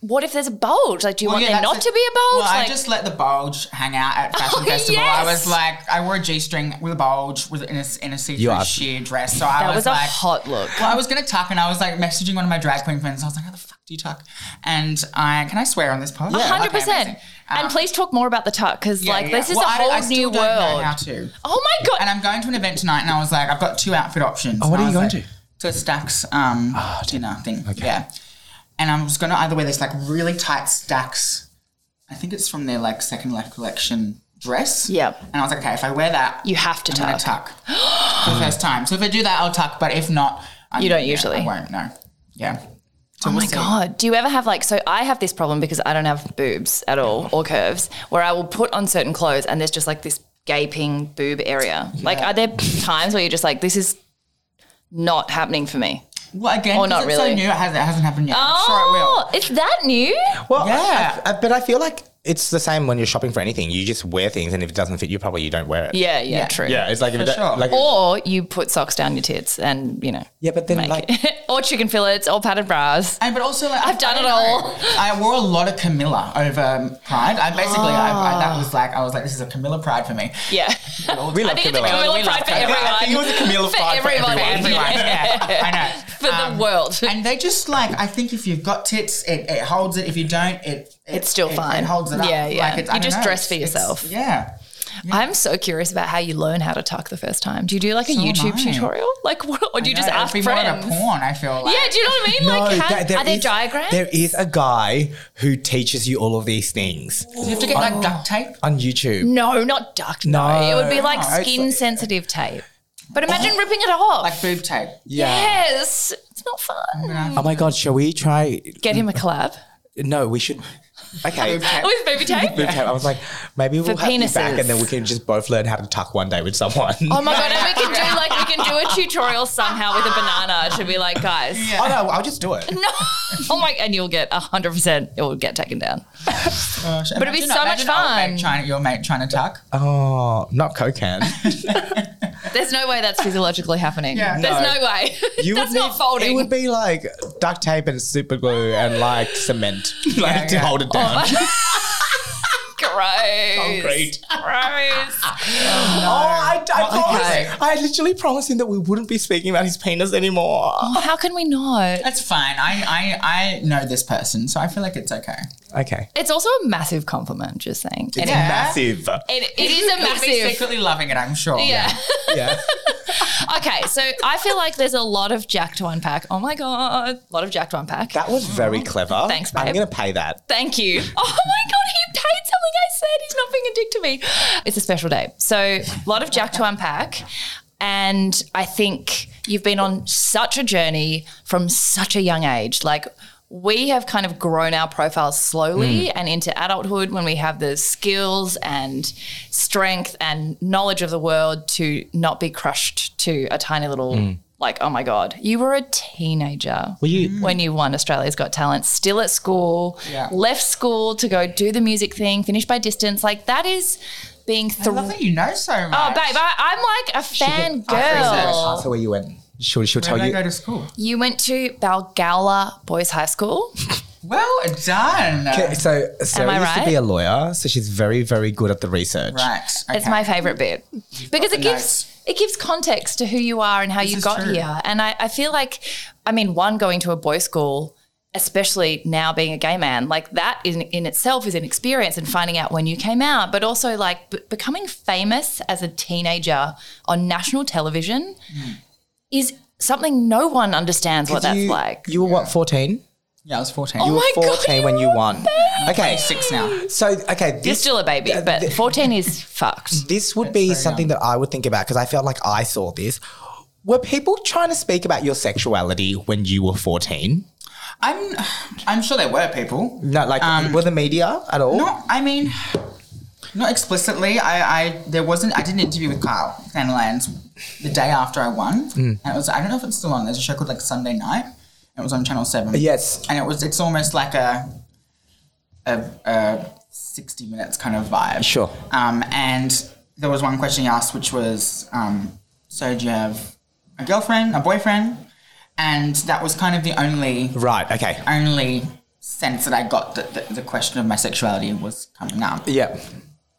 Speaker 1: what if there's a bulge? Like, do you want
Speaker 3: yeah,
Speaker 1: there not
Speaker 3: that's
Speaker 1: to
Speaker 3: it.
Speaker 1: be a bulge?
Speaker 3: Well,
Speaker 1: like,
Speaker 3: I just let the bulge hang out at fashion
Speaker 1: Oh,
Speaker 3: festival. I
Speaker 1: yes.
Speaker 3: was like, I wore a g-string with a bulge with in a in a see-through
Speaker 2: You are-
Speaker 3: sheer dress. So I
Speaker 1: that
Speaker 3: was,
Speaker 1: was a
Speaker 3: like,
Speaker 1: hot look.
Speaker 3: Well, I was gonna tuck, and I was like messaging one of my drag queen friends. I was like, "How the fuck do you tuck?" And I can I swear on this podcast?
Speaker 1: A Hundred percent.
Speaker 3: Okay, amazing.
Speaker 1: and
Speaker 3: Um,
Speaker 1: please talk more about the tuck because
Speaker 3: yeah,
Speaker 1: like
Speaker 3: yeah.
Speaker 1: this is
Speaker 3: Well,
Speaker 1: a
Speaker 3: I don't-
Speaker 1: whole
Speaker 3: I still
Speaker 1: new
Speaker 3: don't know how
Speaker 1: world.
Speaker 3: to.
Speaker 1: Oh my god!
Speaker 3: And I'm going to an event tonight, and I was like, I've got two outfit options. Oh,
Speaker 2: what are you going
Speaker 3: to? To Stacks
Speaker 1: Oh,
Speaker 3: um, dinner thing. Yeah. And I was going to either wear this like really tight Stacks. I think it's from their like second life collection dress.
Speaker 1: Yep.
Speaker 3: And I was like, okay, if I wear that,
Speaker 1: you have to
Speaker 3: I'm going
Speaker 1: tuck.
Speaker 3: to tuck for the first time. So if I do that, I'll tuck. But if not, I
Speaker 1: You don't
Speaker 3: yeah,
Speaker 1: usually.
Speaker 3: I won't. No. Yeah.
Speaker 1: Oh my god! Do you ever have like? So I have this problem because I don't have boobs at all or curves, where I will put on certain clothes and there's just like this gaping boob area. Like, are there times where you're just like, this is not happening for me?
Speaker 3: Well, again,
Speaker 1: Or Oh,
Speaker 3: 'cause
Speaker 1: not
Speaker 3: it's so
Speaker 1: really.
Speaker 3: new. It hasn't, it hasn't happened yet. I'm sure it will.
Speaker 1: Oh, it's that new?
Speaker 2: well,
Speaker 3: Yeah.
Speaker 2: I- I- but I feel like it's the same when you're shopping for anything. You just wear things, and if it doesn't fit you, probably you don't wear it.
Speaker 1: Yeah, yeah, true.
Speaker 2: Yeah, it's like if
Speaker 3: For
Speaker 2: it do-
Speaker 3: sure.
Speaker 2: like
Speaker 1: Or you put socks down your tits and you know,
Speaker 2: yeah, but then like
Speaker 1: or chicken fillets or padded bras.
Speaker 3: And but also, like, I've
Speaker 1: done it all.
Speaker 3: I wore a lot of Camilla over um, Pride. I basically, I, I, that was like, I was like, this is a Camilla Pride for me.
Speaker 1: Yeah,
Speaker 2: we
Speaker 1: I
Speaker 2: love
Speaker 1: think it's a
Speaker 2: Camilla.
Speaker 1: Camilla
Speaker 3: We love
Speaker 1: pride for everyone.
Speaker 3: Camilla.
Speaker 2: I think it was a Camilla
Speaker 1: for
Speaker 2: pride for
Speaker 1: everyone.
Speaker 2: everyone.
Speaker 3: Everyone,
Speaker 1: Yeah.
Speaker 3: yeah, I know. Um,
Speaker 1: for the world.
Speaker 3: And they just like I think if you've got tits, it, it holds it. If you don't, it, it-
Speaker 1: It's still
Speaker 3: it-
Speaker 1: fine.
Speaker 3: It holds it up.
Speaker 1: Yeah, yeah.
Speaker 3: Like it's, I
Speaker 1: You
Speaker 3: don't
Speaker 1: just
Speaker 3: know,
Speaker 1: dress for
Speaker 3: it's- it's-
Speaker 1: yourself.
Speaker 3: Yeah.
Speaker 1: I'm so curious about how you learn how to tuck the first time. Do you do like a
Speaker 3: So am
Speaker 1: YouTube
Speaker 3: I.
Speaker 1: tutorial? Like, what, or do you just
Speaker 3: No, it'd
Speaker 1: ask
Speaker 3: be more of
Speaker 1: friends?
Speaker 3: a porn. I feel like.
Speaker 1: Yeah, do you know what I mean? like, how,
Speaker 2: that-
Speaker 1: are there
Speaker 2: is-
Speaker 1: diagrams?
Speaker 2: There is a guy who teaches you all of these things
Speaker 3: Do you have to get like duct tape?
Speaker 2: on YouTube.
Speaker 1: no, not duct. No,
Speaker 2: No.
Speaker 1: it would be like Oh.
Speaker 2: No, it's like-
Speaker 1: skin sensitive tape. But imagine ripping it off.
Speaker 3: Like boob tape.
Speaker 1: yes, it's not fun.
Speaker 2: Oh my god, shall we try?
Speaker 1: Get him a collab
Speaker 2: No, we should. Okay.
Speaker 3: Boob tape.
Speaker 1: with baby tape.
Speaker 2: Boot camp. I was like, maybe we'll have you
Speaker 1: penises.
Speaker 2: back, and then we can just both learn how to tuck one day with someone.
Speaker 1: Oh my god, and we can do like we can do a tutorial somehow with a banana to be like, guys.
Speaker 2: Oh, no, I'll just do it.
Speaker 1: No. Oh my and you'll get hundred percent it will get taken down.
Speaker 3: Gosh,
Speaker 1: But it'd be
Speaker 3: imagine-
Speaker 1: so much
Speaker 3: imagine old mate
Speaker 1: fun.
Speaker 3: Trying, your mate trying to tuck.
Speaker 2: Oh, not cocaine.
Speaker 1: There's no way that's physiologically happening.
Speaker 3: Yeah.
Speaker 1: There's
Speaker 2: No.
Speaker 1: no, way.
Speaker 2: You
Speaker 1: that's
Speaker 2: would
Speaker 1: not
Speaker 2: need-
Speaker 1: folding.
Speaker 2: It would be like duct tape and super glue and like cement, like to
Speaker 3: yeah.
Speaker 2: hold it
Speaker 1: Oh,
Speaker 2: down.
Speaker 1: Gross.
Speaker 2: Oh, great.
Speaker 1: Gross.
Speaker 2: Oh, I, I promised.
Speaker 1: Oh, okay.
Speaker 2: I literally promised him that we wouldn't be speaking about his penis anymore.
Speaker 1: Oh, How can we not?
Speaker 3: That's fine. I, I I know this person, so I feel like it's okay.
Speaker 2: Okay,
Speaker 1: It's also a massive compliment, just saying. And
Speaker 2: it's
Speaker 1: it-
Speaker 2: massive.
Speaker 1: it- it is a
Speaker 3: He'll be
Speaker 1: massive.
Speaker 3: secretly loving it, I'm sure.
Speaker 1: Yeah.
Speaker 2: yeah.
Speaker 1: Okay, so I feel like there's a lot of Jack to unpack. Oh my god, a lot of Jack to unpack.
Speaker 2: That was very clever.
Speaker 1: Thanks, babe.
Speaker 2: I'm gonna pay that.
Speaker 1: Thank you. Oh my God, he paid something I said. He's not being a dick to me. It's a special day. So, a lot of Jack to unpack. And I think you've been on such a journey from such a young age. Like, we have kind of grown our profiles slowly and into adulthood when we have the skills and strength and knowledge of the world to not be crushed to a tiny little, like, oh my God, you were a teenager
Speaker 2: Were you?
Speaker 1: when you won Australia's Got Talent, still at school,
Speaker 3: Yeah.
Speaker 1: left school to go do the music thing, finish by distance. Like that is being
Speaker 3: I
Speaker 1: through.
Speaker 3: love that you know so much.
Speaker 1: Oh, babe, I, I'm like a fan girl.
Speaker 2: So where you went? She'll, she'll
Speaker 3: Where
Speaker 2: tell
Speaker 3: did I
Speaker 2: you.
Speaker 3: go to school?
Speaker 1: You went to Balgowla Boys High School.
Speaker 3: Well done.
Speaker 2: Okay, so Sarah
Speaker 1: I
Speaker 2: used
Speaker 1: right?
Speaker 2: to be a lawyer, so she's very, very good at the research.
Speaker 3: Right. Okay.
Speaker 1: It's my favorite bit because
Speaker 3: the
Speaker 1: it gives
Speaker 3: notes.
Speaker 1: it gives context to who you are and how you
Speaker 3: is
Speaker 1: got
Speaker 3: true.
Speaker 1: here. And I, I feel like, I mean, one going to a boys' school, especially now being a gay man, like that in, in itself is an experience and finding out when you came out, but also like b- becoming famous as a teenager on national television
Speaker 3: Hmm.
Speaker 1: is something no one understands what that's
Speaker 2: you,
Speaker 1: like.
Speaker 2: You were what, 14?
Speaker 3: Yeah, I was 14.
Speaker 2: You
Speaker 1: Oh
Speaker 2: were
Speaker 1: my God,
Speaker 2: 14 when
Speaker 1: you
Speaker 2: you
Speaker 1: were a
Speaker 2: won. Okay.
Speaker 3: six now.
Speaker 2: So, okay.
Speaker 1: You're
Speaker 2: This,
Speaker 1: still a baby,
Speaker 2: th-
Speaker 1: but
Speaker 2: th-
Speaker 1: 14 is fucked.
Speaker 2: this would be something that I would think about because I felt like I saw this. Were people trying to speak about your sexuality when you were 14?
Speaker 3: I'm I'm sure there were people.
Speaker 2: No, like,
Speaker 1: Um,
Speaker 2: were the media at all?
Speaker 3: Not I mean not explicitly. I, I there wasn't I did an interview with Kyle Sandilands the day after I won. And it was I don't know if it's still on. There's a show called like Sunday Night. It was on channel seven.
Speaker 2: Yes.
Speaker 3: And it was it's almost like a a, a sixty minutes kind of vibe.
Speaker 2: Sure.
Speaker 3: Um, and there was one question he asked, which was, um, "So do you have a girlfriend, a boyfriend?" And that was kind of the only
Speaker 2: Right, okay.
Speaker 3: only sense that I got that the, the question of my sexuality was coming up
Speaker 2: Yeah.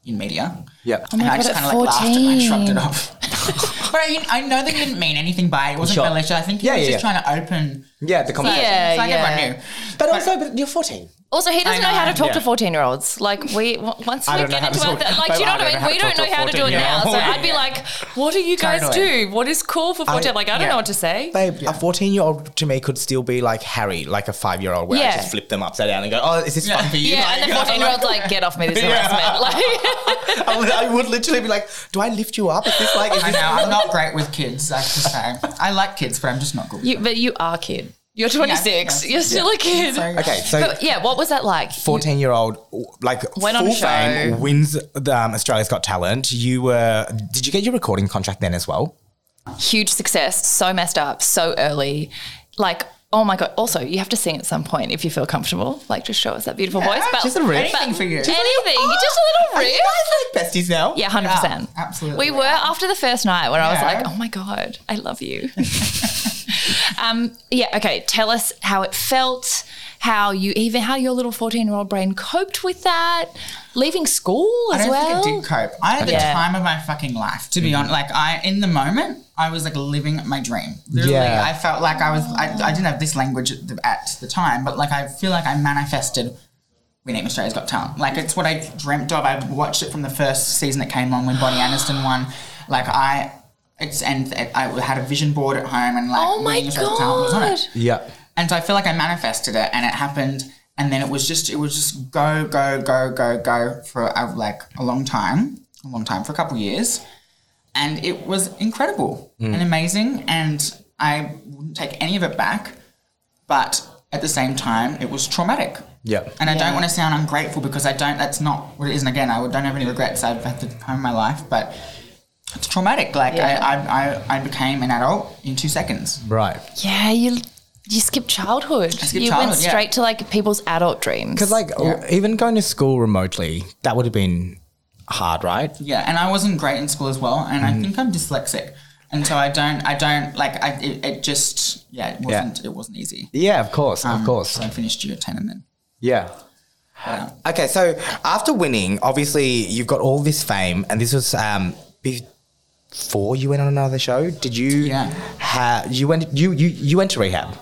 Speaker 3: in media.
Speaker 2: Yeah.
Speaker 3: and I
Speaker 1: Oh God,
Speaker 3: just
Speaker 1: at
Speaker 3: kind of like laughed at it and shrugged
Speaker 1: 14.
Speaker 3: it off. but I, mean, I know that you didn't mean anything by it. It wasn't
Speaker 2: Sure.
Speaker 3: malicious. I think he
Speaker 2: Yeah,
Speaker 3: was
Speaker 2: yeah,
Speaker 3: just trying to open.
Speaker 2: Yeah,
Speaker 1: Oh
Speaker 2: the conversation.
Speaker 1: Yeah,
Speaker 3: so I
Speaker 1: yeah.
Speaker 3: everyone knew.
Speaker 2: But also, but you're 14.
Speaker 1: Also, he doesn't know,
Speaker 3: I know.
Speaker 1: how to talk to
Speaker 2: Yeah.
Speaker 1: fourteen-year-olds. Like we, w- once
Speaker 2: I
Speaker 1: we
Speaker 2: don't know
Speaker 1: get
Speaker 2: how
Speaker 1: into
Speaker 2: to
Speaker 1: our,
Speaker 2: talk-
Speaker 1: th- like, do you know
Speaker 2: I
Speaker 1: what I
Speaker 2: don't
Speaker 1: mean? We
Speaker 2: know how
Speaker 1: don't
Speaker 2: to
Speaker 1: know
Speaker 2: talk to
Speaker 1: how to do it now. So
Speaker 2: fourteen-year-olds.
Speaker 1: I'd be like, "What do you guys
Speaker 3: Totally.
Speaker 1: do? What is cool for fourteen? Like, I don't know
Speaker 2: yeah.
Speaker 1: what to say."
Speaker 2: Babe, a 14 year old to me could still be like Harry, like a five year old, where
Speaker 1: Yeah.
Speaker 2: I just flip them upside down and go, oh, is this fun for you?
Speaker 1: yeah, and the fourteen-year-old's like, "Get off me! This harassment!" Like,
Speaker 2: I would, I would literally be like, do I lift you up? Is this like, is
Speaker 3: I
Speaker 2: this
Speaker 3: know I'm not great with kids. I have to say I like kids, but I'm just not good. with
Speaker 1: you, but you are a kid. You're twenty-six.
Speaker 3: yeah.
Speaker 1: You're still a kid.
Speaker 3: them.
Speaker 2: Okay, so
Speaker 1: But yeah, what was that like?
Speaker 2: 14 year old, like
Speaker 1: Went on
Speaker 2: full
Speaker 1: a show.
Speaker 2: fame, wins the, um, Australia's Got Talent. You were, did you get your recording contract then as well?
Speaker 1: Huge success. So messed up. So early. Like. Oh my god! Also, you have to sing at some point if you feel comfortable. Like, just show us that beautiful voice. But
Speaker 2: just a riff.
Speaker 1: but
Speaker 3: Anything for you.
Speaker 1: Anything. Oh, Just a little riff.
Speaker 2: guys like besties now?
Speaker 1: Yeah, hundred percent.
Speaker 3: Yeah, absolutely.
Speaker 1: We were after the first night when I was
Speaker 3: Yeah.
Speaker 1: like, "Oh my god, I love you." um, yeah. Okay. Tell us how it felt, how you even how your little 14 year old brain coped with that, leaving school
Speaker 3: I
Speaker 1: as
Speaker 3: don't
Speaker 1: well.
Speaker 3: think it did cope. I had the
Speaker 1: Yeah.
Speaker 3: time of my fucking life, to be honest. Like I, in the moment, I was like living my dream. Literally,
Speaker 2: Yeah.
Speaker 3: I felt like I was. I, I didn't have this language at the, at the time, but like I feel like I manifested. We Name Australia's Got Talent. Like it's what I dreamt of. I watched it from the first season it came on when Bonnie Aniston won. Like I, it's and I had a vision board at home and like
Speaker 1: Oh
Speaker 3: We
Speaker 1: my
Speaker 3: Name Australia's Got Talent was on
Speaker 1: god.
Speaker 3: it.
Speaker 2: Yeah.
Speaker 3: And so I feel like I manifested it and it happened. And then it was just, it was just go, go, go, go, go for a, like a long time, a long time, for a couple years. And it was incredible and amazing. And I wouldn't take any of it back. But at the same time, it was traumatic.
Speaker 2: Yeah.
Speaker 3: And I don't want to sound ungrateful because I don't, that's not what it is. And again, I don't have any regrets. I've had the time of my life, but it's traumatic. Like I, I, I, I became an adult in two seconds.
Speaker 2: Right.
Speaker 1: Yeah, you you skipped childhood.
Speaker 3: skipped
Speaker 1: you went
Speaker 3: childhood, yeah.
Speaker 1: straight to like people's adult dreams.
Speaker 2: Because like even going to school remotely, that would have been hard, right?
Speaker 3: Yeah, and I wasn't great in school as well, and
Speaker 2: Mm-hmm.
Speaker 3: I think I'm dyslexic, and so I don't, I don't like, I it, it just, yeah, it wasn't, it wasn't easy.
Speaker 2: Yeah, of course, of course.
Speaker 3: So I finished year ten, and then um,
Speaker 2: Yeah. Okay, so after winning, obviously you've got all this fame, and this was um, before you went on another show. Did you?
Speaker 3: Yeah.
Speaker 2: Ha- you went. You you you went to rehab.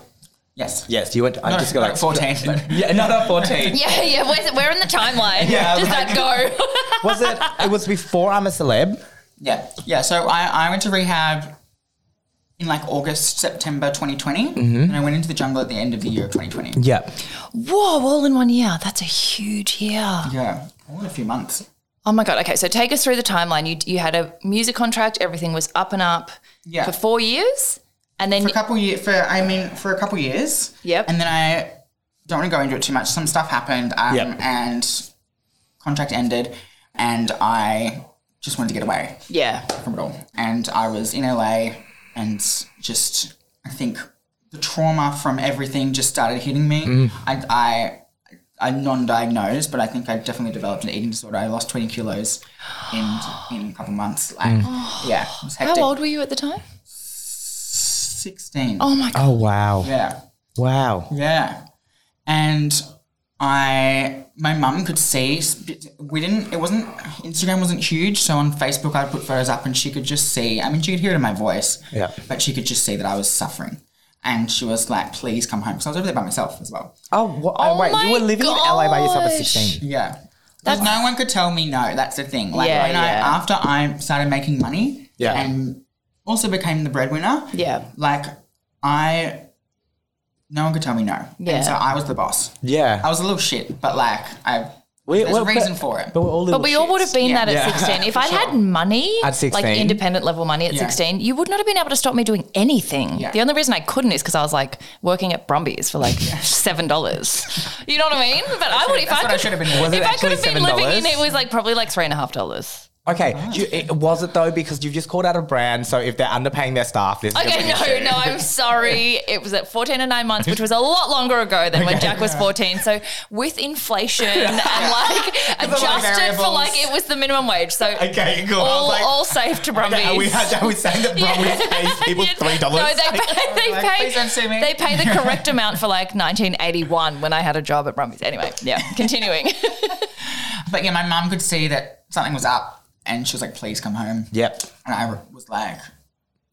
Speaker 3: yes,
Speaker 2: Yes, you went. I
Speaker 3: No,
Speaker 2: just got
Speaker 3: not
Speaker 2: like
Speaker 3: at fourteen.
Speaker 2: Yeah, not at fourteen.
Speaker 1: yeah, yeah, we're, we're in the timeline.
Speaker 2: Yeah,
Speaker 1: Just
Speaker 2: like-
Speaker 1: like go.
Speaker 2: was it? It was before I'm a celeb.
Speaker 3: yeah, yeah. So I, I went to rehab in like August, September 2020,
Speaker 2: Mm-hmm.
Speaker 3: and I went into the jungle at the end of the year of 2020.
Speaker 2: Yeah.
Speaker 1: Whoa, all in one year. That's a huge year.
Speaker 3: Yeah, all in a few months.
Speaker 1: Oh my god. Okay, so take us through the timeline. You you had a music contract. Everything was up and up
Speaker 3: Yeah.
Speaker 1: for four years, and then
Speaker 3: for a couple years for I mean for a couple years.
Speaker 1: Yep.
Speaker 3: And then I don't want to go into it too much. Some stuff happened, um,
Speaker 2: Yep.
Speaker 3: and contract ended, and I just wanted to get away
Speaker 1: yeah,
Speaker 3: from it all. And I was in LA, and just I think the trauma from everything just started hitting me. I. I I'm non-diagnosed, but I think I definitely developed an eating disorder. I lost 20 kilos in in a couple months. Like, yeah, it was
Speaker 1: how
Speaker 3: hectic.
Speaker 1: old were you at the time?
Speaker 3: 16.
Speaker 1: Oh my god.
Speaker 2: Oh wow.
Speaker 3: Yeah.
Speaker 2: Wow.
Speaker 3: Yeah. And I, my mum could see, we didn't, it wasn't, Instagram wasn't huge. So on Facebook, I'd put photos up and she could just see, I mean, she could hear it in my voice,
Speaker 2: Yeah.
Speaker 3: but she could just see that I was suffering. And she was like, please come home. Because I was over there by myself as well.
Speaker 2: Oh, wha- oh, wait, you
Speaker 1: my
Speaker 2: were living in LA by yourself at
Speaker 1: gosh.
Speaker 2: sixteen.
Speaker 3: Yeah. Because no one could tell me no. That's the thing. Like,
Speaker 1: Yeah,
Speaker 3: when I,
Speaker 1: yeah.
Speaker 3: after I started making money
Speaker 2: Yeah.
Speaker 3: and also became the breadwinner,
Speaker 1: Yeah.
Speaker 3: like, I, no one could tell me no.
Speaker 1: Yeah.
Speaker 3: And so I was the boss. I
Speaker 2: Yeah.
Speaker 3: was a little shit, but like I,
Speaker 2: We-
Speaker 3: there's
Speaker 2: we're-
Speaker 3: a reason for it.
Speaker 2: But we're all little
Speaker 1: But we all
Speaker 2: shits.
Speaker 1: would have been that at
Speaker 2: Yeah.
Speaker 1: 16. If I'd had money,
Speaker 2: At 16.
Speaker 1: like independent level money at
Speaker 3: Yeah.
Speaker 1: 16, you would not have been able to stop me doing anything.
Speaker 3: Yeah.
Speaker 1: The only reason I couldn't is because I was like working at Brumbies for like $7. You know what I mean? But I would, if
Speaker 3: That's
Speaker 1: I
Speaker 3: what
Speaker 1: could,
Speaker 3: I should have been doing.
Speaker 2: Was it
Speaker 1: if I could
Speaker 2: actually
Speaker 1: have been living in,
Speaker 2: $7?
Speaker 1: it was like probably like three and a half dollars.
Speaker 2: Okay, you, it, was it though? Because you've just called out a brand, so if they're underpaying their staff, this is
Speaker 1: Okay,
Speaker 2: gonna be an
Speaker 1: no,
Speaker 2: issue.
Speaker 1: no, I'm sorry. It was at 14 and nine months, which was a lot longer ago than when Jack was 14. So with inflation and like
Speaker 3: of all the
Speaker 1: adjusted for
Speaker 3: variables.
Speaker 1: like it was the minimum wage. So
Speaker 2: Okay, cool. I was
Speaker 1: all,
Speaker 2: like-
Speaker 1: all safe to Brumbies.
Speaker 2: Yeah, we had that. We saying that Brumbies pays people three dollars.
Speaker 1: No, they pay, they
Speaker 3: Like,
Speaker 1: pay,
Speaker 3: please don't sue me.
Speaker 1: they pay the correct amount for like 1981 when I had a job at Brumbies. Anyway, yeah, continuing.
Speaker 3: But yeah, my mum could see that something was up, and she was like, "Please come home."
Speaker 2: Yep.
Speaker 3: And I was like,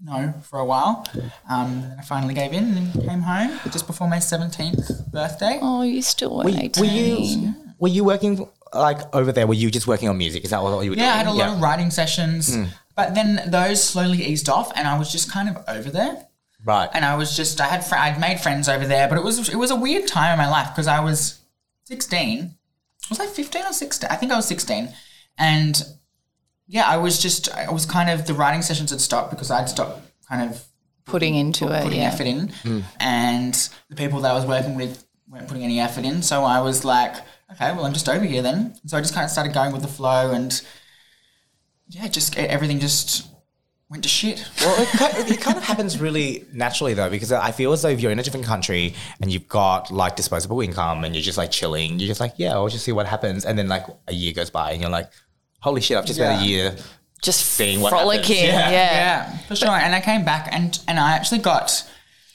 Speaker 3: "No," for a while. Um, and I finally gave in and came home just before my seventeenth birthday.
Speaker 1: oh, you still were
Speaker 2: Were,
Speaker 1: 18.
Speaker 2: were you were you working like over there? Were you just working on music? Is that what you were doing?
Speaker 3: Yeah, I had a lot of writing sessions, but then those slowly eased off, and I was just kind of over there.
Speaker 2: right.
Speaker 3: and I was just I had fr- I'd made friends over there, but it was it was a weird time in my life because I was sixteen. Was I fifteen or sixteen? I think I was sixteen, and yeah, I was just I was kind of the writing sessions had stopped because I'd stopped kind of
Speaker 1: putting into it?
Speaker 3: putting
Speaker 1: Yeah.
Speaker 3: effort in, and the people that I was working with weren't putting any effort in. So I was like, okay, well, I'm just over here then. So I just kind of started going with the flow, and yeah, just e, everything just went to shit.
Speaker 2: well, it kind, it kind of happens really naturally though, because I feel as though if you're in a different country and you've got like disposable income and you're just like chilling, you're just like, yeah, I'll just see what happens, and then like a year goes by and you're like, holy shit, I've just spent a
Speaker 3: Yeah.
Speaker 2: year.
Speaker 1: Just
Speaker 2: Seeing what happens.
Speaker 1: frolicking. Yeah.
Speaker 3: Yeah, for sure. And I came back and and I actually got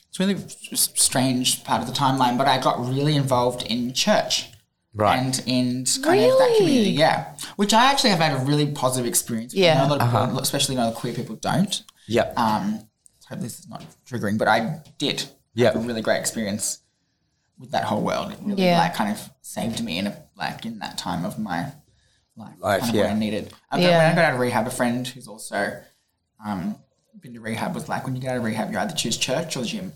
Speaker 3: it's really s- strange part of the timeline, but I got really involved in church.
Speaker 2: Right.
Speaker 3: And in kind of that community, yeah. Which I actually have had a really positive experience. with. I know
Speaker 1: Yeah.
Speaker 3: A lot of people, especially a lot of queer people don't.
Speaker 2: Yep.
Speaker 3: Um, I hope this is not triggering, but I did have
Speaker 2: Yeah.
Speaker 3: a really great experience with that whole world. It really
Speaker 1: Yeah.
Speaker 3: like kind of saved me in a, like in that time of my life,
Speaker 2: Life,
Speaker 3: kind of
Speaker 2: yeah.
Speaker 3: what I needed. Um, but
Speaker 1: Yeah.
Speaker 3: When I got out of rehab, a friend who's also um, been to rehab was like, when you get out of rehab, you either choose church or gym.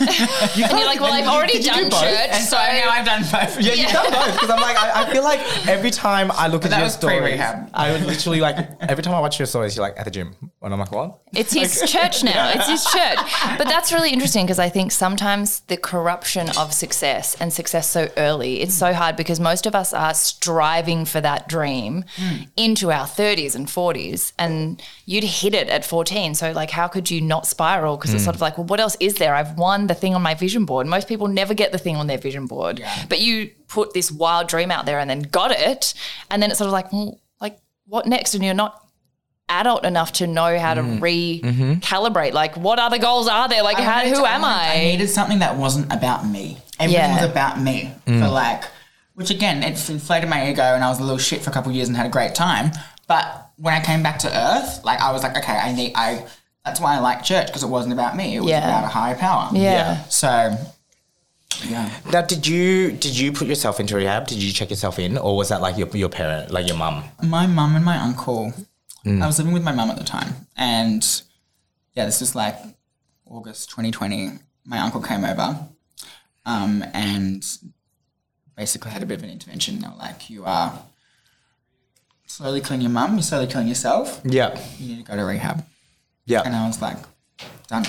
Speaker 1: And you're like, well, I've already done church,
Speaker 3: And
Speaker 1: so
Speaker 3: so now I've done both.
Speaker 2: Yeah, you've done both because I'm like, I, I feel like every time I look at
Speaker 3: that
Speaker 2: your
Speaker 3: was
Speaker 2: stories,
Speaker 3: pre-rehab.
Speaker 2: I would literally like every time I watch your stories, you're like at the gym, and I'm like, what?
Speaker 1: It's his church now. It's his church. But that's really interesting because I think sometimes the corruption of success and success so early, it's so hard because most of us are striving for that dream into our 30s and 40s and you'd hit it at 14. So like how could you not spiral because it's sort of like, well what else is there? I've won the thing on my vision board. Most people never get the thing on their vision board. But you put this wild dream out there and then got it and then it's sort of like, well, like what next and you're not adult enough to know how to recalibrate. Like, what other goals are there? Like, how,
Speaker 3: wanted
Speaker 1: who
Speaker 3: to-
Speaker 1: am
Speaker 3: wanted- I
Speaker 1: I?
Speaker 3: needed something that wasn't about me. Everything
Speaker 1: Yeah.
Speaker 3: was about me. For like, which again, it inflated my ego, and I was a little shit for a couple of years and had a great time. But when I came back to earth, like I was like, okay, I need. I. That's why I like church because it wasn't about me. It was
Speaker 1: Yeah.
Speaker 3: about a higher power.
Speaker 1: Yeah.
Speaker 3: So. Yeah.
Speaker 2: Now, did you did you put yourself into rehab? Did you check yourself in, or was that like your your parent, like your mum?
Speaker 3: my mum and my uncle. I was living with my mum at the time, and yeah, this was like August 2020. My uncle came over, um, and basically had a bit of an intervention. They were like, "You are slowly killing your mum. You're slowly killing yourself.
Speaker 2: Yeah,
Speaker 3: You need to go to rehab." And
Speaker 2: yeah.
Speaker 3: I was like, "Done."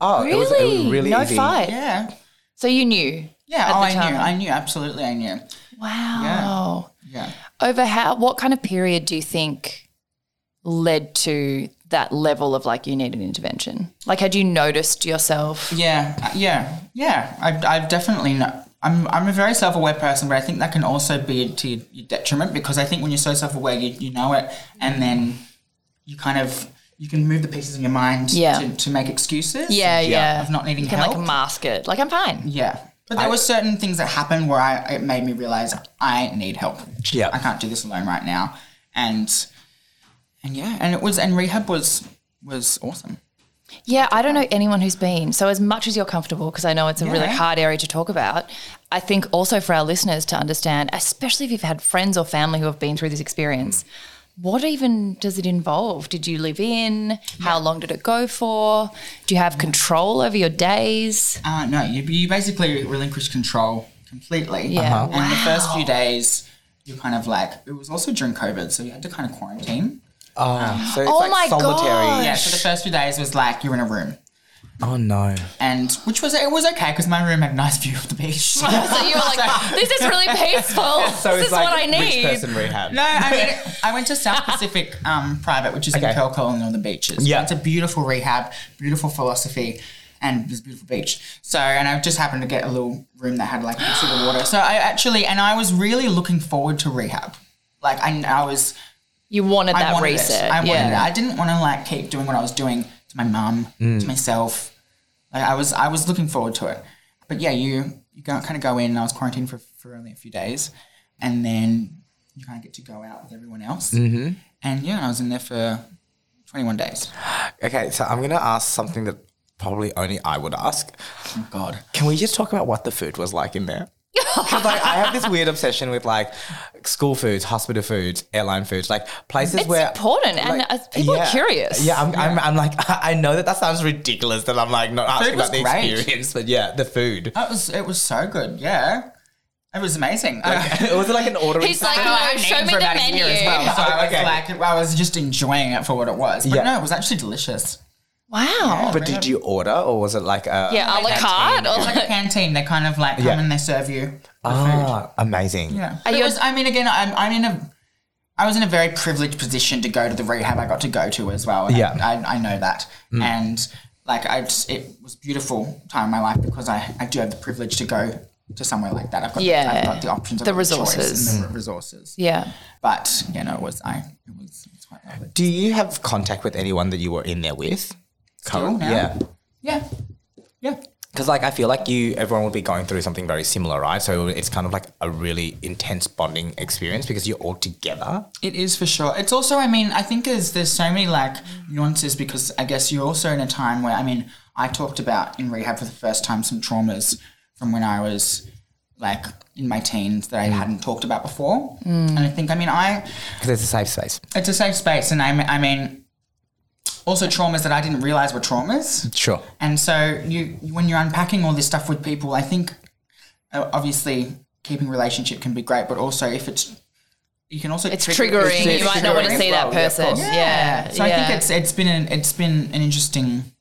Speaker 2: Oh, it was it was really
Speaker 1: no
Speaker 2: easy.
Speaker 1: fight.
Speaker 3: Yeah,
Speaker 1: So you knew.
Speaker 3: yeah.
Speaker 1: At
Speaker 3: oh,
Speaker 1: the
Speaker 3: I
Speaker 1: time.
Speaker 3: knew. I knew. Absolutely, I knew.
Speaker 1: Wow.
Speaker 3: Yeah.
Speaker 1: Over how? What kind of period do you think led to that level of like you need an intervention? Like, had you noticed yourself?
Speaker 3: Yeah, uh, yeah, yeah. I've, I've definitely not. I'm, I'm a very self aware person, but I think that can also be to your detriment because I think when you're so self aware, you, you know it, and then you kind of you can move the pieces in your mind
Speaker 1: Yeah.
Speaker 3: to, to make excuses.
Speaker 1: Yeah, yeah.
Speaker 3: Of not needing
Speaker 1: you can
Speaker 3: help.
Speaker 1: like mask it. Like, I'm fine.
Speaker 3: yeah. But there were certain things that happened where I it made me realize I need help.
Speaker 2: Yeah.
Speaker 3: I can't do this alone right now, and and yeah, and it was and rehab was was awesome.
Speaker 1: Yeah, I don't know anyone who's been. So, as much as you're comfortable, because I know it's a really
Speaker 3: Yeah.
Speaker 1: hard area to talk about, I think also for our listeners to understand, especially if you've had friends or family who have been through this experience, what even does it involve? Did you live in? How long did it go for? Do you have control over your days?
Speaker 3: Uh, no, you, you basically relinquish control completely.
Speaker 1: Yeah. Uh-huh.
Speaker 3: And the first few days, you're kind of like, it was also during COVID, so you had to kind of quarantine.
Speaker 2: Oh, so it's
Speaker 1: Oh
Speaker 2: like
Speaker 1: my
Speaker 2: solitary.
Speaker 1: God.
Speaker 3: Yeah, so the first few days was like you're in a room.
Speaker 2: Oh no.
Speaker 3: And which was, it was okay because my room had a nice view of the beach.
Speaker 1: so
Speaker 3: no,
Speaker 1: you were like, this is really peaceful. this is what I
Speaker 2: Rich
Speaker 1: need.
Speaker 2: person rehab.
Speaker 3: I mean, I went to South Pacific um, Private, which is
Speaker 2: Okay.
Speaker 3: in Kelco and all the beaches.
Speaker 2: Yeah.
Speaker 3: It's a beautiful rehab, beautiful philosophy. And this beautiful beach. So, and I just happened to get a little room that had like you see the water. So I actually, and I was really looking forward to rehab. Like I, I was
Speaker 1: You wanted
Speaker 3: I
Speaker 1: that
Speaker 3: wanted
Speaker 1: reset.
Speaker 3: It. I wanted
Speaker 1: yeah.
Speaker 3: it. I didn't want to like keep doing what I was doing to my mum,
Speaker 2: Mm.
Speaker 3: to myself. Like I was, I was looking forward to it. But yeah, you you go, kind of go in. And I was quarantined for, for only a few days, and then you kind of get to go out with everyone else. Mm-hmm. And yeah, I was in there for twenty one days.
Speaker 2: Okay, so I'm gonna ask something that probably only I would ask.
Speaker 3: Oh God.
Speaker 2: Can we just talk about what the food was like in there? 'Cause, like I have this weird obsession with like school foods, hospital foods, airline foods, like places
Speaker 1: It's
Speaker 2: where
Speaker 1: important, and
Speaker 2: like,
Speaker 1: uh, people
Speaker 2: yeah.
Speaker 1: are curious.
Speaker 2: Yeah, I'm, I'm, I'm like I know that that sounds ridiculous that I'm like not asking
Speaker 3: was
Speaker 2: about the
Speaker 3: great.
Speaker 2: experience, but yeah, the food.
Speaker 3: That was it. Was so good. Yeah, it was amazing.
Speaker 2: it was like an ordering.
Speaker 1: He's like,
Speaker 3: I know I
Speaker 1: no,
Speaker 3: had
Speaker 1: show
Speaker 3: named
Speaker 1: me
Speaker 3: for
Speaker 1: the
Speaker 3: about a
Speaker 1: menu.
Speaker 3: year as well, so I was
Speaker 2: Okay.
Speaker 3: like, I was just enjoying it for what it was. But
Speaker 2: Yeah.
Speaker 3: no, it was actually delicious.
Speaker 1: Wow.
Speaker 2: but did you order or was it like a
Speaker 1: Yeah, a la carte. Oh Or
Speaker 3: It's like a canteen. They kind of like come
Speaker 2: Yeah.
Speaker 3: and they serve you.
Speaker 2: Ah, amazing.
Speaker 3: Yeah.
Speaker 1: Are
Speaker 3: It
Speaker 1: you-
Speaker 3: was, I mean, again, I'm, I'm in a, I was in a very privileged position to go to the rehab I got to go to as well. and
Speaker 2: Yeah. Mm.
Speaker 3: I, I, I know that. And like, I just, it was a beautiful time in my life because I, I do have the privilege to go to somewhere like that. I've got,
Speaker 1: Yeah.
Speaker 3: I've got the options, I've
Speaker 1: The
Speaker 3: got choice
Speaker 1: resources.
Speaker 3: and the resources.
Speaker 1: yeah.
Speaker 3: But you know, it was, I, it was, it's quite lovely.
Speaker 2: Do you have contact with anyone that you were in there with? Still
Speaker 3: now?
Speaker 2: Yeah.
Speaker 3: Yeah. Yeah.
Speaker 2: because like I feel like you, everyone will be going through something very similar, right? So it's kind of like a really intense bonding experience because you're all together.
Speaker 3: It is for sure. It's also, I mean, I think there's there's so many like nuances because I guess you're also in a time where I mean, I talked about in rehab for the first time some traumas from when I was like in my teens that I hadn't talked about before, and I think I mean I
Speaker 2: Because it's a safe space.
Speaker 3: it's a safe space, and I m- I mean also traumas that I didn't realize were traumas.
Speaker 2: Sure.
Speaker 3: And so you when you're unpacking all this stuff with people, I think uh, obviously keeping relationship can be great, but also if it's you can also
Speaker 1: It's triggering.
Speaker 3: it's
Speaker 1: you might not want
Speaker 3: triggering
Speaker 1: to see
Speaker 3: as
Speaker 1: that
Speaker 3: well, yeah, of
Speaker 1: person.
Speaker 3: course.
Speaker 1: Yeah.
Speaker 3: So I
Speaker 1: yeah.
Speaker 3: think it's it's been an it's been an interesting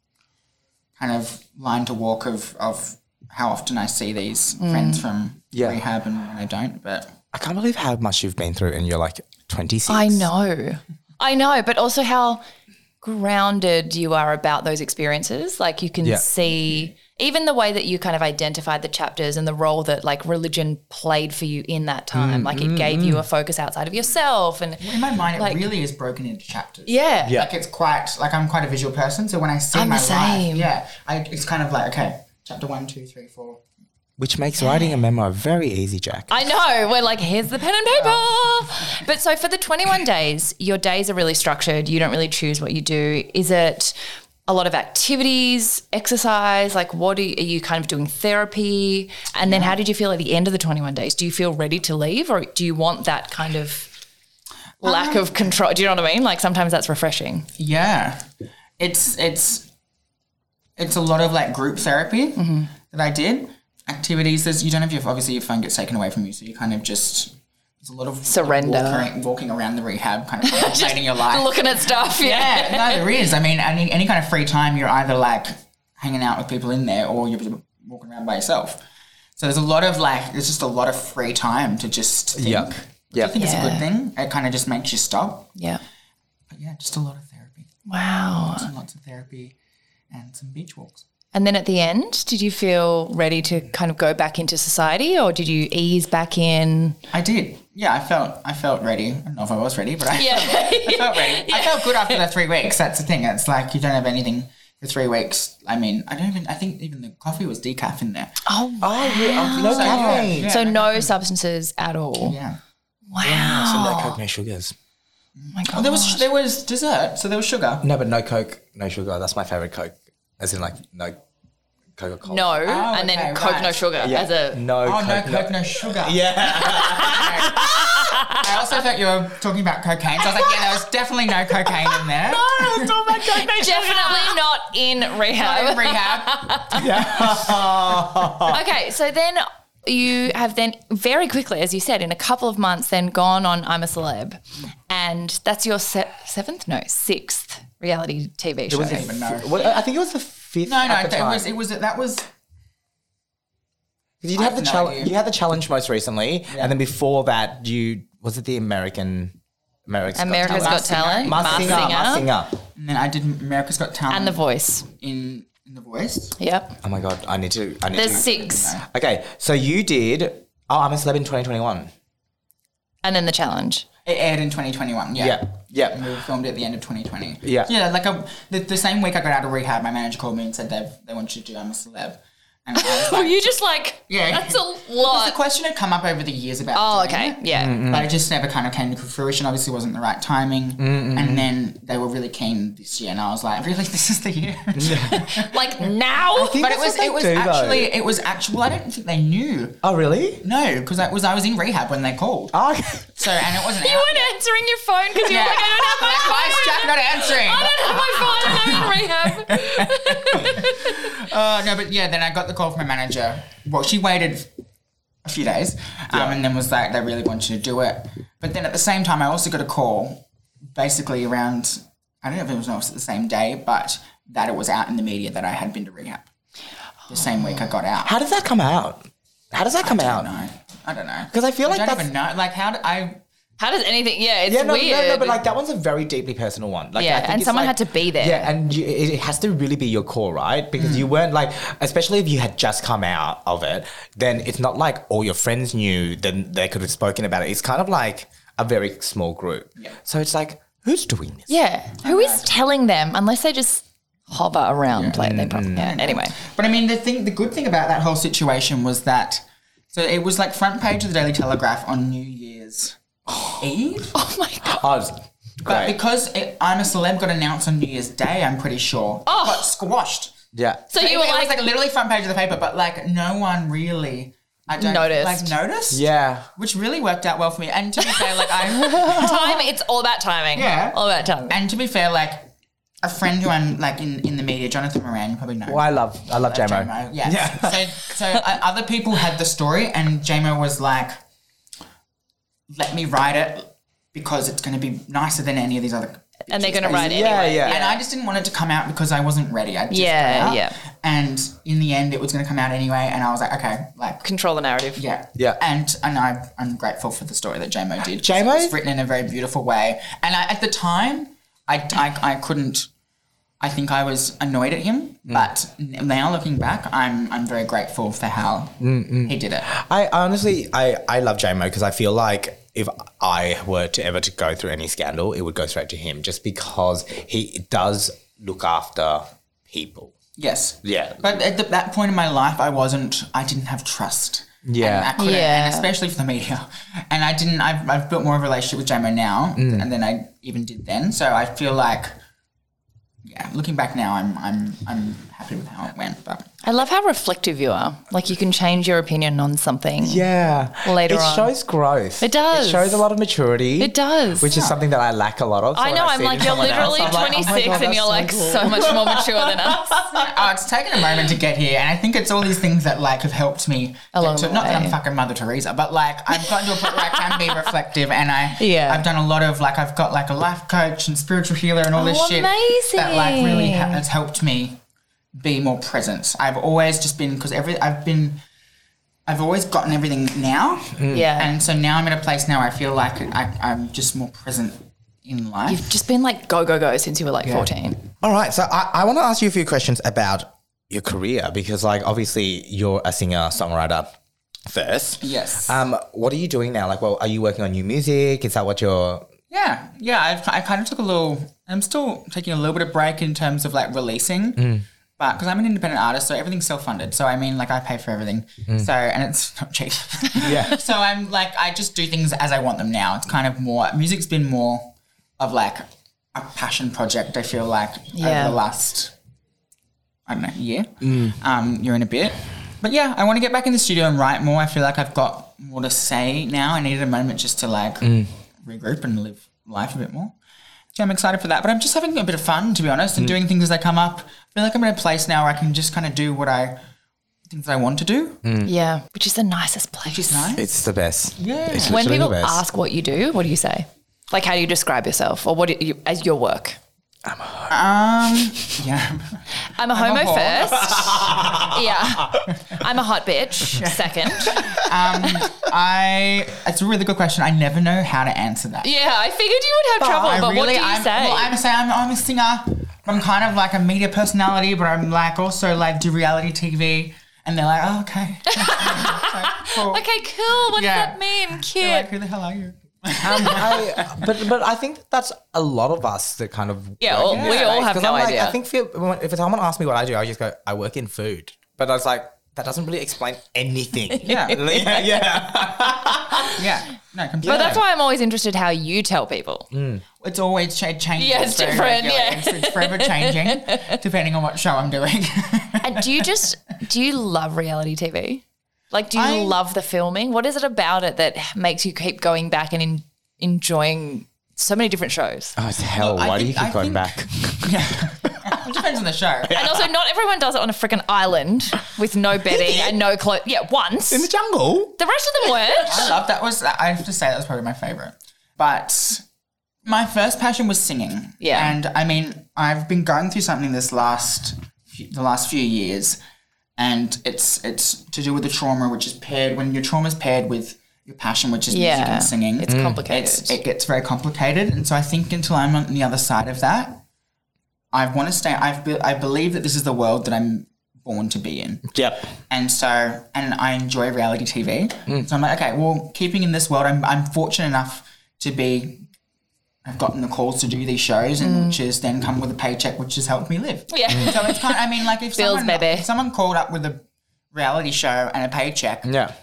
Speaker 3: kind of line to walk of of how often I see these
Speaker 1: Mm.
Speaker 3: friends from
Speaker 2: Yeah.
Speaker 3: rehab and when I don't. But
Speaker 2: I can't believe how much you've been through and you're like 26.
Speaker 1: I know. I know, but also how grounded you are about those experiences. Like you can
Speaker 2: Yeah.
Speaker 1: see even the way that you kind of identified the chapters and the role that like religion played for you in that time. like it gave you a focus outside of yourself and
Speaker 3: in my mind,
Speaker 1: Like-
Speaker 3: it really is broken into chapters.
Speaker 1: yeah.
Speaker 2: Yeah.
Speaker 3: Like it's quite like I'm quite a visual person, so when I see
Speaker 1: I'm
Speaker 3: my
Speaker 1: the same.
Speaker 3: life, yeah, I, it's kind of like okay, chapter one, two, three, four.
Speaker 2: Which makes writing a memo very easy, Jack.
Speaker 1: I know. We're like, here's the pen and paper. But so for the 21 days, your days are really structured. You don't really choose what you do. Is it a lot of activities, exercise? Like, what are you, are you kind of doing therapy? And then how did you feel at the end of the 21 days? Do you feel ready to leave or do you want that kind of
Speaker 3: Um,
Speaker 1: lack of control? Do you know what I mean? Like, sometimes that's refreshing.
Speaker 3: Yeah, it's it's it's a lot of like group therapy
Speaker 1: Mm-hmm.
Speaker 3: that I did. Activities. There's you don't have your obviously your phone gets taken away from you, so you kind of just there's a lot of
Speaker 1: Surrender.
Speaker 3: walking, walking around the rehab, kind of contemplating your life.
Speaker 1: Looking at stuff. Yeah.
Speaker 3: yeah, no, there is. I mean, any any kind of free time, you're either like hanging out with people in there, or you're walking around by yourself. So there's a lot of like, there's just a lot of free time to just think.
Speaker 2: Yep. Yep.
Speaker 3: I think it's a
Speaker 1: Yeah.
Speaker 3: good thing. It kind of just makes you stop.
Speaker 1: Yeah.
Speaker 3: But yeah, just a lot of therapy,
Speaker 1: Wow.
Speaker 3: Lots and lots of therapy, and some beach walks.
Speaker 1: And then at the end, did you feel ready to kind of go back into society or did you ease back in?
Speaker 3: I did. Yeah, I felt I felt ready. I don't know if I was ready, but I, I
Speaker 1: Yeah.
Speaker 3: felt ready. I felt good after the three weeks. That's the thing. It's like you don't have anything for three weeks. I mean, I don't even. I think even the coffee was decaf in there.
Speaker 1: oh,
Speaker 2: Oh, you- oh, low caffeine.
Speaker 3: yeah.
Speaker 1: so no substances at all.
Speaker 3: Yeah.
Speaker 1: Wow.
Speaker 2: So no coke, no sugars.
Speaker 1: Oh my God.
Speaker 3: There was there was dessert, so there was sugar.
Speaker 2: No, but no coke, no sugar. That's my favorite coke. As in like no Coca Cola.
Speaker 1: no, and then
Speaker 3: Oh, okay,
Speaker 1: Coke,
Speaker 3: right.
Speaker 1: no sugar as a.
Speaker 2: No
Speaker 3: Oh
Speaker 2: coke,
Speaker 3: no,
Speaker 2: no-
Speaker 3: coke, no sugar.
Speaker 2: Yeah.
Speaker 3: I also thought you were talking about cocaine, so I was like, yeah, there was definitely no cocaine in there.
Speaker 1: Definitely not in
Speaker 3: In
Speaker 1: rehab.
Speaker 3: rehab.
Speaker 1: okay, so then you have then very quickly, as you said, in a couple of months, then gone on I'm a Celeb, and that's your se- seventh, no, sixth reality TV show.
Speaker 3: I don't even know.
Speaker 2: Well, I think it was the fifth.
Speaker 3: No, no,
Speaker 2: at the
Speaker 3: it
Speaker 2: time.
Speaker 3: was it was that was
Speaker 2: You
Speaker 3: I
Speaker 2: had the
Speaker 3: have no
Speaker 2: challenge.
Speaker 3: idea.
Speaker 2: You had the challenge most recently, and then before that, you was it the American America's Got
Speaker 1: America's Got
Speaker 3: Masked Singer.
Speaker 1: Talent,
Speaker 2: Masked Singer, Masked Singer.
Speaker 3: and then I did America's Got Talent
Speaker 1: and The Voice.
Speaker 3: in in the voice.
Speaker 1: Yep,
Speaker 2: Oh my god, I need to. I need
Speaker 1: there's
Speaker 2: to.
Speaker 1: six,
Speaker 2: Okay, so you did. Oh, I'm a celeb in 2021.
Speaker 1: and then the challenge.
Speaker 3: It aired in 2021. Yeah.
Speaker 2: Yeah, yeah.
Speaker 3: And we filmed it at the end of 2020.
Speaker 2: Yeah.
Speaker 3: Yeah, like a, the, the same week I got out of rehab, my manager called me and said they they want you to do I'm a celeb. And I was
Speaker 1: Were
Speaker 3: like,
Speaker 1: you just like,
Speaker 3: Yeah.
Speaker 1: that's a
Speaker 3: the
Speaker 1: lot.
Speaker 3: question had come up over the years about
Speaker 1: Oh,
Speaker 3: doing
Speaker 1: okay.
Speaker 3: it.
Speaker 1: Yeah.
Speaker 3: but it just never kind of came to fruition. Obviously, wasn't the right timing. And then they were really keen this year, and I was like, really, this is the year.
Speaker 1: Like now?
Speaker 2: think
Speaker 3: but it
Speaker 2: that's
Speaker 3: was
Speaker 2: what they
Speaker 3: it was
Speaker 2: do, though.
Speaker 3: actually it was actual. I don't think they knew.
Speaker 2: Oh really?
Speaker 3: No, because I was I was in rehab when they called.
Speaker 2: Oh,
Speaker 3: So and it wasn't.
Speaker 1: You
Speaker 3: out.
Speaker 1: weren't answering your phone because you were
Speaker 3: Yeah.
Speaker 1: like, I don't have my
Speaker 3: Why is Jack
Speaker 1: phone.
Speaker 3: not answering?
Speaker 1: I don't have my phone and I'm in rehab.
Speaker 3: Uh, no, but yeah, then I got the call from my manager. Well, she waited a few days um, and then was like, they really want you to do it. But then at the same time, I also got a call basically around, I don't know if it was also the same day, but that it was out in the media that I had been to rehab the same week I got out.
Speaker 2: how does that come out? How does that come out?
Speaker 3: No, I don't know.
Speaker 2: 'Cause I feel like
Speaker 3: I don't
Speaker 2: that's-
Speaker 3: even know. Like, how did I.
Speaker 1: How does anything? Yeah, it's
Speaker 2: Yeah, no,
Speaker 1: weird.
Speaker 2: no, no, but like that one's a very deeply personal one. Like,
Speaker 1: Yeah,
Speaker 2: I think
Speaker 1: and
Speaker 2: it's
Speaker 1: someone
Speaker 2: like-
Speaker 1: had to be there. Mm.
Speaker 2: Yeah, and you, it it has to really be your core, right? Because you weren't like, especially if you had just come out of it, then it's not like all your friends knew. Then they could have spoken about it. It's kind of like a very small group. So it's like, who's doing this?
Speaker 1: yeah. Who is telling them unless they just hover around. Like they probably, yeah. Anyway,
Speaker 3: But I mean, the thing, the good thing about that whole situation was that, so it was like front page of the Daily Telegraph on New Year's Eve.
Speaker 1: oh my god,
Speaker 2: I was
Speaker 3: But
Speaker 2: great.
Speaker 3: because it, I'm a celeb, got announced on New Year's Day. I'm pretty sure.
Speaker 1: Oh.
Speaker 3: got squashed.
Speaker 2: yeah.
Speaker 1: so you
Speaker 3: it
Speaker 1: were
Speaker 3: was
Speaker 1: like,
Speaker 3: like literally front page of the paper, but like no one really. I don't
Speaker 1: Noticed.
Speaker 3: Like noticed.
Speaker 2: Yeah.
Speaker 3: Which really worked out well for me. And to be fair, like I
Speaker 1: time. It's all about timing.
Speaker 3: Yeah.
Speaker 1: all about timing.
Speaker 3: and to be fair, like a friend who I'm like in, in the media, Jonathan Moran, you probably know.
Speaker 2: Well, I love I love JMO.
Speaker 3: JMO, yeah. So, so uh, other people had the story, and JMO was like, "Let me write it because it's going to be nicer than any of these other."
Speaker 1: And they're going to write it.
Speaker 2: Yeah,
Speaker 1: anyway.
Speaker 2: yeah.
Speaker 3: And I just didn't want it to come out because I wasn't ready. I just
Speaker 1: Yeah,
Speaker 3: put it out.
Speaker 1: yeah.
Speaker 3: And in the end, it was going to come out anyway, and I was like, "Okay, like."
Speaker 1: Control the narrative.
Speaker 3: Yeah,
Speaker 2: Yeah.
Speaker 3: and and I, I'm grateful for the story that JMO did.
Speaker 2: JMO?
Speaker 3: it's written in a very beautiful way, and I, at the time, I, I I couldn't. I think I was annoyed at him, but n- now looking back, I'm I'm very grateful for how he did it.
Speaker 2: I honestly, I, I love JMO because I feel like if I were to ever to go through any scandal, it would go straight to him just because he does look after people.
Speaker 3: Yes.
Speaker 2: Yeah.
Speaker 3: But at the, that point in my life, I wasn't. I didn't have trust.
Speaker 2: Yeah.
Speaker 3: And I couldn't,
Speaker 1: Yeah.
Speaker 3: And especially for the media. And I didn't. I've, I've built more of a relationship with JMO now,
Speaker 2: Mm.
Speaker 3: and then I even did then. So I feel like, yeah, looking back now, I'm I'm I'm happy with how it went. But
Speaker 1: I love how reflective you are. Like you can change your opinion on something.
Speaker 2: Yeah.
Speaker 1: Later
Speaker 2: it
Speaker 1: on.
Speaker 2: shows growth.
Speaker 1: It does.
Speaker 2: It shows a lot of maturity.
Speaker 1: It does.
Speaker 2: Which is something that I lack a lot of. So
Speaker 1: I
Speaker 2: when
Speaker 1: know.
Speaker 2: see
Speaker 1: I'm
Speaker 2: it in
Speaker 1: like oh you're
Speaker 2: someone else,
Speaker 1: literally
Speaker 2: I'm like,
Speaker 1: 26 and you're like so much more mature than us.
Speaker 3: oh, it's taken a moment to get here, and I think it's all these things that like have helped me.
Speaker 1: Along
Speaker 3: get to,
Speaker 1: the
Speaker 3: Not that
Speaker 1: way.
Speaker 3: I'm fucking Mother Teresa, but like I've gotten to a point where I can be reflective, and I
Speaker 1: Yeah.
Speaker 3: I've done a lot of like I've got like a life coach and spiritual healer and all this
Speaker 1: Oh,
Speaker 3: shit that like really ha-
Speaker 1: amazing.
Speaker 3: has helped me be more present. I've always just been because every I've been. I've always gotten everything now,
Speaker 1: Yeah.
Speaker 3: and so now I'm in a place now where I feel like I, I'm just more present in life.
Speaker 1: You've just been like go go go since you were like 14.
Speaker 2: All right. So I, I want to ask you a few questions about your career because, like, obviously you're a singer songwriter first.
Speaker 3: Yes.
Speaker 2: Um, what are you doing now? Like, well, are you working on new music? Is that what you're?
Speaker 3: Yeah, yeah. I've, I kind of took a little. I'm still taking a little bit of break in terms of like releasing, but because I'm an independent artist, so everything's self-funded. So I mean, like I pay for everything. So and it's not cheap.
Speaker 2: Yeah.
Speaker 3: so I'm like, I just do things as I want them now. It's kind of more music's been more of like a passion project. I feel like
Speaker 1: Yeah.
Speaker 3: over the last I don't know year, um, year and a bit. But yeah, I want to get back in the studio and write more. I feel like I've got more to say now. I needed a moment just to like regroup and live life a bit more. So I'm excited for that. But I'm just having a bit of fun, to be honest, and doing things as they come up. I feel like I'm in a place now where I can just kind of do what I things I want to do.
Speaker 1: Yeah, which is the nicest place.
Speaker 3: Mm. Which is nice.
Speaker 2: It's the best.
Speaker 3: Yeah.
Speaker 2: It's
Speaker 1: When
Speaker 2: literally the
Speaker 1: people
Speaker 2: best.
Speaker 1: ask what you do, what do you say? Like how do you describe yourself or what do you, as your work?
Speaker 3: Um. Yeah.
Speaker 1: I'm a homo
Speaker 3: whore.
Speaker 1: first. yeah. I'm a hot bitch second.
Speaker 3: Um. I. It's a really good question. I never know how to answer that.
Speaker 1: Yeah, I figured you would have trouble,
Speaker 3: Oh, I
Speaker 1: but what do you
Speaker 3: I'm,
Speaker 1: say?
Speaker 3: Well, I'm say I'm, I'm a singer. I'm kind of like a media personality, but I'm like also like do reality TV. And they're like, oh, okay. Cool.
Speaker 1: okay, cool. What does
Speaker 3: Yeah.
Speaker 1: that mean? Cute.
Speaker 3: They're like, who the hell are you?
Speaker 2: Um, I, but but I think that's a lot of us that kind of
Speaker 1: Yeah, well, we all have
Speaker 2: 'Cause
Speaker 1: no
Speaker 2: I'm like,
Speaker 1: idea.
Speaker 2: I think if, if someone asks me what I do, I just go, I work in food. But I was like, that doesn't really explain anything.
Speaker 3: Yeah.
Speaker 2: yeah, yeah.
Speaker 3: Yeah. No, completely.
Speaker 1: but that's why I'm always interested how you tell people.
Speaker 3: It's always cha- changing.
Speaker 1: Yeah, it's
Speaker 3: very
Speaker 1: different,
Speaker 3: regularly.
Speaker 1: yeah.
Speaker 3: It's, it's forever changing, depending on what show I'm doing.
Speaker 1: And do you just do you love reality TV? Like, do you
Speaker 3: I-
Speaker 1: love the filming? What is it about it that makes you keep going back and in, enjoying so many different shows?
Speaker 2: Oh, it's hell.
Speaker 3: I
Speaker 2: Why do you
Speaker 3: think-
Speaker 2: keep
Speaker 3: I
Speaker 2: going
Speaker 3: think-
Speaker 2: back?
Speaker 3: yeah. it depends on the show.
Speaker 1: And also, not everyone does it on a freaking island with no bedding and no clothes. Yeah, once.
Speaker 2: In the jungle?
Speaker 1: The rest of them weren't.
Speaker 3: I love that was I have to say that was probably my favorite. But my first passion was singing.
Speaker 1: Yeah.
Speaker 3: And I mean, I've been going through something this last few- the last few years and it's it's to do with the trauma which is paired when your trauma is paired with your passion which is music
Speaker 1: Yeah.
Speaker 3: and singing.
Speaker 1: It's complicated.
Speaker 3: it's it gets very complicated and so I think until I'm on the other side of that I want to stay I've be, I believe that this is the world that I'm born to be in
Speaker 2: Yep.
Speaker 3: and so and I enjoy reality
Speaker 2: Hmm.
Speaker 3: TV. So I'm like, okay, well, keeping in this world, I'm I'm fortunate enough to be I've gotten the calls to do these shows, and which has then come with a paycheck, which has helped me live.
Speaker 1: Hmm. Yeah.
Speaker 3: So it's kind of, I mean, like if
Speaker 1: Bills,
Speaker 3: someone,
Speaker 1: baby.
Speaker 3: if someone called up with a reality show and a paycheck,
Speaker 2: Yeah,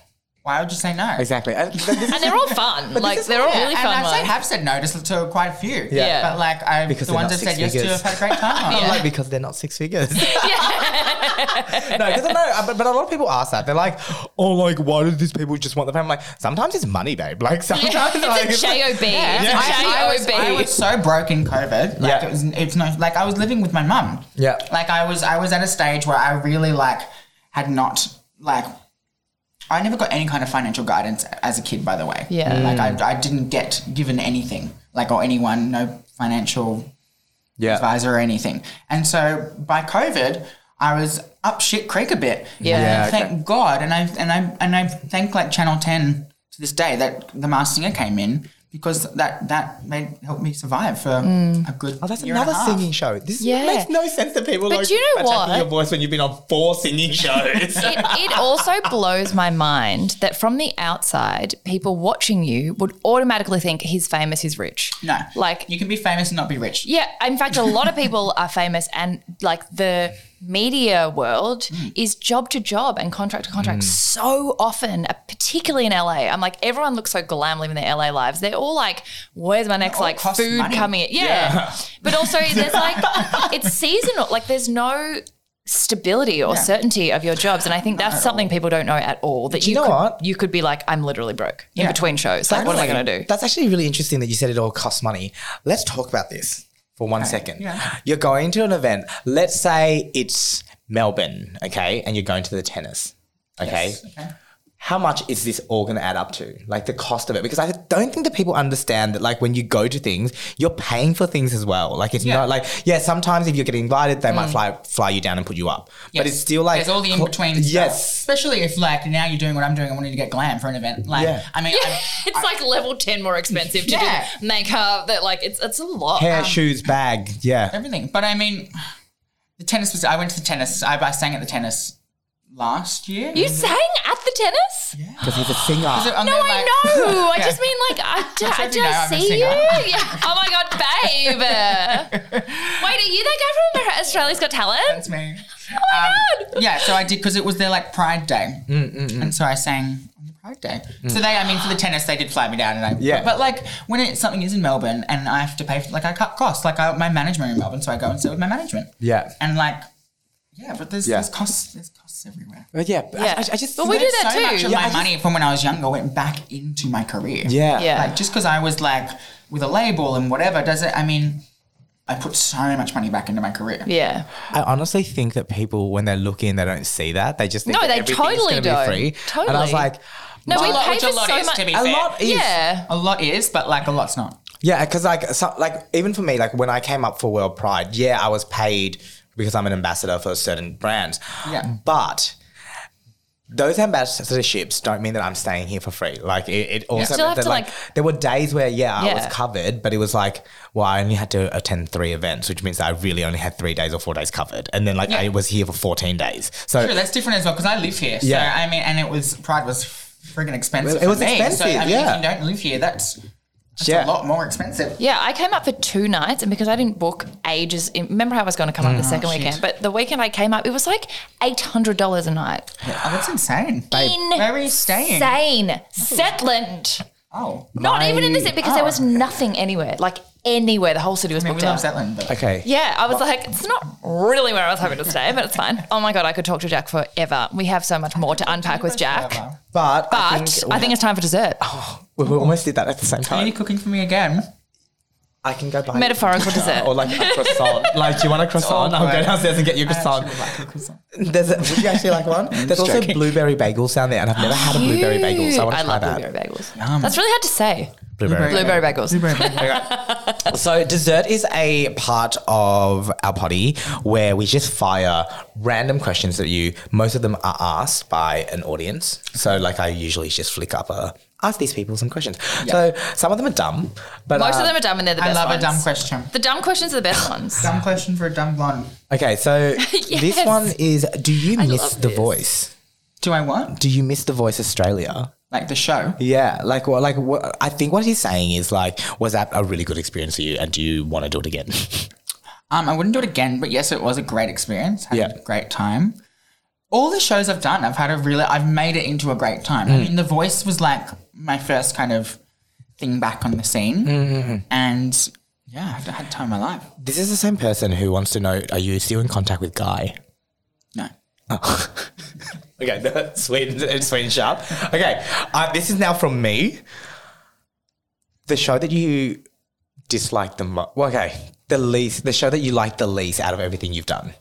Speaker 3: why would you say no?
Speaker 2: Hmm. exactly. And th- this
Speaker 1: And they're all fun. like they're all
Speaker 3: Yeah,
Speaker 1: really
Speaker 3: and
Speaker 1: fun
Speaker 3: I've said,
Speaker 1: ones.
Speaker 3: have said no to, to quite a few.
Speaker 1: Yeah.
Speaker 3: But like I've
Speaker 2: Because
Speaker 3: the
Speaker 2: they're
Speaker 3: ones
Speaker 2: not
Speaker 3: I've said
Speaker 2: six
Speaker 3: yes to
Speaker 2: figures.
Speaker 3: have had a great time.
Speaker 2: I'm
Speaker 3: on.
Speaker 2: like, because they're not six figures. no, because I know, but, but a lot of people ask that. They're like, oh, like, why do these people just want the fame? I'm like, sometimes it's money, babe. Like, sometimes like,
Speaker 1: It's a
Speaker 2: like-
Speaker 1: job.
Speaker 2: Yeah.
Speaker 1: It's a
Speaker 3: I, I was,
Speaker 1: job.
Speaker 3: I was so broke in COVID. Like
Speaker 2: Yeah.
Speaker 3: it was, it's no like I was living with my mum.
Speaker 2: Yeah.
Speaker 3: Like I was I was at a stage where I really like had not like I never got any kind of financial guidance as a kid, by the way.
Speaker 1: Yeah.
Speaker 3: Like
Speaker 2: Mm.
Speaker 3: I, I didn't get given anything, like or anyone, no financial
Speaker 2: yeah.
Speaker 3: advisor or anything. And so by COVID, I was up shit creek a bit.
Speaker 1: Yeah.
Speaker 2: Yeah,
Speaker 3: And thank God. And I and I and I thank like Channel Ten to this day that the Masked Singer came in because that that made helped me survive for a good.
Speaker 2: Oh, that's
Speaker 3: year
Speaker 2: another
Speaker 3: and a half.
Speaker 2: singing show. This
Speaker 1: Yeah.
Speaker 2: makes no sense to people.
Speaker 1: But
Speaker 2: like,
Speaker 1: do you know
Speaker 2: attacking
Speaker 1: what?
Speaker 2: Your voice when you've been on four singing shows.
Speaker 1: it, it also blows my mind that from the outside, people watching you would automatically think he's famous, he's rich.
Speaker 3: No,
Speaker 1: Like-
Speaker 3: you can be famous and not be rich.
Speaker 1: Yeah, in fact, a lot of people are famous, and like the media world is job to job and contract to contract so often, uh, particularly in LA. I'm like, everyone looks so glam living their LA lives. They're all like, where's my next
Speaker 3: all
Speaker 1: like
Speaker 3: cost
Speaker 1: food
Speaker 3: money.
Speaker 1: coming? In? Yeah. But also, there's like, it's seasonal. Like, there's no stability or
Speaker 3: Yeah.
Speaker 1: certainty of your jobs. And I think that's something people don't know at all that you,
Speaker 2: know
Speaker 1: could,
Speaker 2: what?
Speaker 1: you could be like, I'm literally broke in
Speaker 3: Yeah.
Speaker 1: between shows. Like, what am I going to do?
Speaker 2: That's actually really interesting that you said it all costs money. Let's talk about this for one second.
Speaker 3: yeah.
Speaker 2: You're going to an event. Let's say it's Melbourne, okay, and you're going to the tennis, okay. How much is this all going to add up to? Like the cost of it? Because I don't think that people understand that, like, when you go to things, you're paying for things as well. Like, it's
Speaker 3: Yeah. Mm.
Speaker 2: not like, yeah, sometimes if you're getting invited, they might fly fly you down and put you up. But
Speaker 3: Yes.
Speaker 2: it's still like.
Speaker 3: there's all the in
Speaker 2: cl-
Speaker 3: between.
Speaker 2: Yes.
Speaker 3: especially if like now you're doing what I'm doing and wanting to get glam for an event. Like,
Speaker 2: Yeah.
Speaker 3: I mean, I-
Speaker 1: It's like level 10 more expensive to
Speaker 3: Yeah.
Speaker 1: do makeup that like it's it's a lot.
Speaker 3: Um,
Speaker 2: Hair, shoes, bag. Yeah.
Speaker 3: everything. But I mean, the tennis was. I went to the tennis. I, I sang at the tennis last year.
Speaker 1: You sang at the tennis?
Speaker 2: Because he's a singer.
Speaker 1: No, I know. I just mean like I, d-
Speaker 3: sure
Speaker 1: I
Speaker 3: if
Speaker 1: did
Speaker 3: you know
Speaker 1: I
Speaker 3: I'm a
Speaker 1: see you?
Speaker 3: singer.
Speaker 1: Yeah. Oh my god, babe. Wait, are you that guy from Australia's Got Talent? Oh
Speaker 3: That's me.
Speaker 1: my God.
Speaker 3: Yeah, so I did because it was their like Pride Day,
Speaker 2: Mm,
Speaker 3: and so I sang on the Pride Day. So they, I mean, for the tennis, they did fly me down, and I.
Speaker 2: Yeah.
Speaker 3: But, but, like when it, something is in Melbourne, and I have to pay, for, like I cut costs. Like I, my management in Melbourne, so I go and sit with my management.
Speaker 2: yeah.
Speaker 3: And like, yeah, but there's
Speaker 2: Yeah.
Speaker 3: there's costs there's costs everywhere.
Speaker 2: But yeah, but I-
Speaker 1: Yeah.
Speaker 2: I, I just
Speaker 1: But we do
Speaker 2: there's
Speaker 1: that
Speaker 3: so
Speaker 1: too.
Speaker 3: much of
Speaker 1: Yeah,
Speaker 3: my
Speaker 2: I just-
Speaker 3: money from when I was younger went back into my career.
Speaker 2: Yeah.
Speaker 1: Yeah.
Speaker 3: Like just because I was like with a label and whatever doesn't. I mean, I put so much money back into my career.
Speaker 1: Yeah.
Speaker 2: I honestly think that people when they look in, they don't see that. They just think
Speaker 1: No,
Speaker 2: that
Speaker 1: they
Speaker 2: everything's
Speaker 1: totally
Speaker 2: gonna be
Speaker 1: don't.
Speaker 2: free. And I was
Speaker 1: Totally.
Speaker 2: like,
Speaker 1: No,
Speaker 3: A
Speaker 1: we
Speaker 3: lot-
Speaker 1: pay
Speaker 3: which
Speaker 1: for
Speaker 3: a lot
Speaker 1: so
Speaker 3: is,
Speaker 1: much.
Speaker 3: to be
Speaker 2: a
Speaker 3: fair.
Speaker 2: lot is
Speaker 1: yeah.
Speaker 3: A lot is, but like a lot's not.
Speaker 2: Yeah, because like so, like even for me, like when I came up for World Pride, yeah, I was paid because I'm an ambassador for certain brands.
Speaker 3: Yeah.
Speaker 2: But those ambassadorships don't mean that I'm staying here for free. Like it, it also
Speaker 1: still have
Speaker 2: meant that
Speaker 1: to,
Speaker 2: like, there were days where yeah, I
Speaker 1: Yeah.
Speaker 2: was covered, but it was like, well, I only had to attend three events, which means that I really only had three days or four days covered. And then like I was here for 14 days. So
Speaker 3: True, that's different as well because I live here.
Speaker 2: Yeah.
Speaker 3: So I mean, and it was Pride was friggin' expensive.
Speaker 2: It was
Speaker 3: for me. So, I
Speaker 2: expensive,
Speaker 3: mean,
Speaker 2: yeah.
Speaker 3: If you don't live here, that's, that's
Speaker 2: Yeah.
Speaker 3: a lot more expensive.
Speaker 1: Yeah, I came up for two nights, and because I didn't book ages, in, remember how I was going to come up
Speaker 3: Mm.
Speaker 1: the
Speaker 3: Oh,
Speaker 1: second weekend, but the weekend I came up, it was like eight hundred dollars a night.
Speaker 3: Oh, that's insane.
Speaker 1: In
Speaker 3: Where are you staying?
Speaker 1: Insane, Setland.
Speaker 3: Oh,
Speaker 1: Not even in the city because there was nothing anywhere, like anywhere. The whole city was
Speaker 3: I mean,
Speaker 1: booked
Speaker 3: we love
Speaker 1: out.
Speaker 3: Zetland, but
Speaker 2: okay.
Speaker 1: Yeah, I was like, it's not really where I was hoping to stay, but it's fine. Oh my god, I could talk to Jack forever. We have so much more to unpack with Jack.
Speaker 3: Forever. Oh,
Speaker 2: But,
Speaker 1: But I think, it's time for dessert.
Speaker 2: we, we almost did that at the same
Speaker 3: Are
Speaker 2: time.
Speaker 3: you cooking for me again?
Speaker 2: I can go buy
Speaker 1: Metaphorical
Speaker 2: or
Speaker 1: dessert.
Speaker 2: like a croissant. like, do you want a croissant? I'll go
Speaker 3: awkward.
Speaker 2: downstairs and get you a croissant.
Speaker 3: Actually, like a croissant.
Speaker 2: There's a, would you actually like one? There's also
Speaker 3: joking.
Speaker 2: blueberry bagels down there, and I've never had a blueberry bagel, so I want
Speaker 1: I
Speaker 2: to try
Speaker 1: love
Speaker 2: that.
Speaker 1: blueberry bagels. That's really hard to say.
Speaker 2: Blueberry.
Speaker 1: Blueberry bagels.
Speaker 2: So dessert is a part of our potty where we just fire random questions at you. Most of them are asked by an audience. So like I usually just flick up a ask these people some questions. So some of them are dumb, but
Speaker 1: Most
Speaker 2: uh,
Speaker 1: of them are dumb, and they're the
Speaker 3: I
Speaker 1: best
Speaker 3: love a
Speaker 1: ones.
Speaker 3: dumb question.
Speaker 1: The dumb questions are the best ones.
Speaker 3: Dumb question for a dumb blonde.
Speaker 2: okay. So this
Speaker 1: Yes.
Speaker 2: one is: Do you miss
Speaker 1: love
Speaker 2: the
Speaker 1: this.
Speaker 2: voice?
Speaker 3: Do I want?
Speaker 2: Do you miss the Voice Australia?
Speaker 3: like the show.
Speaker 2: Yeah, like what, like what, I think what he's saying is like, was that a really good experience for you, and do you want to do it again?
Speaker 3: Um, I wouldn't do it again, but yes, it was a great experience. Had
Speaker 2: Yeah.
Speaker 3: a great time. All the shows I've done, I've had a really, I've made it into a great time.
Speaker 2: Mm.
Speaker 3: I mean, The Voice was like my first kind of thing back on the scene,
Speaker 2: Mm,
Speaker 3: and yeah, I've had time in my life.
Speaker 2: this is the same person who wants to know: Are you still in contact with Guy?
Speaker 3: No,
Speaker 2: Oh. Okay, no, sweet, and sweet and sharp. Okay, uh, this is now from me. The show that you dislike the most. Well, okay, the least, the show that you like the least out of everything you've done.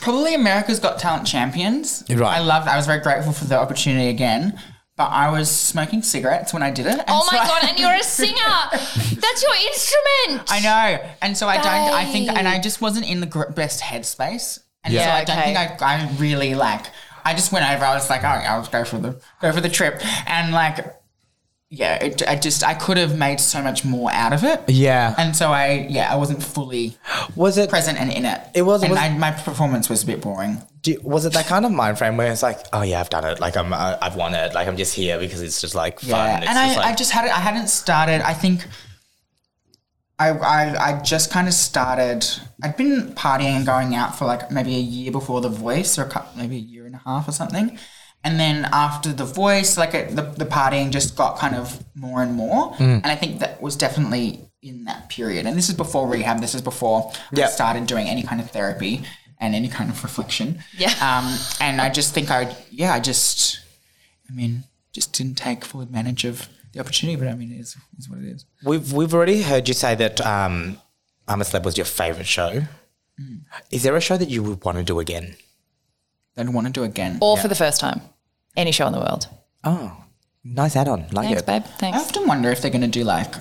Speaker 3: probably America's Got Talent champions.
Speaker 2: Right.
Speaker 3: I loved. I was very grateful for the opportunity again, but I was smoking cigarettes when I did it. and
Speaker 1: Oh
Speaker 3: so
Speaker 1: my
Speaker 3: I-
Speaker 1: god, and you're a singer. That's your instrument.
Speaker 3: I know. And so I don't, I think, and I just wasn't in the gr- best headspace. And so
Speaker 1: Yeah,
Speaker 3: I don't
Speaker 1: okay.
Speaker 3: think I, I really like, I just went over, I was like, oh, yeah, I'll go for the, go for the trip. And like, yeah, it, I just, I could have made so much more out of it.
Speaker 2: Yeah,
Speaker 3: And so I, yeah, I wasn't fully
Speaker 2: was it
Speaker 3: present and in it.
Speaker 2: It was- it
Speaker 3: and
Speaker 2: was-
Speaker 3: I, my performance was a bit boring.
Speaker 2: do, was it that kind of mind frame where it's like, oh yeah, I've done it, like I'm, uh, I've won it, like I'm just here because it's just like fun.
Speaker 3: Yeah,
Speaker 2: It's
Speaker 3: and I,
Speaker 2: just like,
Speaker 3: I just had I hadn't started. I think I, I I just kind of started. I'd been partying and going out for like maybe a year before The Voice, or a cou- maybe a year and a half or something. And then after The Voice, like it, the the partying just got kind of more and more.
Speaker 2: Mm.
Speaker 3: And I think that was definitely in that period. And this is before rehab. This is before
Speaker 2: Yeah.
Speaker 3: I started doing any kind of therapy and any kind of reflection.
Speaker 1: Yeah.
Speaker 3: Um. And I just think I yeah I just I mean, just didn't take full advantage of the opportunity, but I mean, it is, is what it is.
Speaker 2: We've we've already heard you say that um, I'm a Celeb was your favorite show. Mm. Is there a show that you would want to do again?
Speaker 3: I'd want to do again.
Speaker 1: Or for the first time. Any show in the world.
Speaker 2: Oh, nice add-on, like
Speaker 1: Thanks,
Speaker 2: it.
Speaker 1: babe.
Speaker 3: I
Speaker 1: Thanks.
Speaker 3: often wonder if they're going to do like,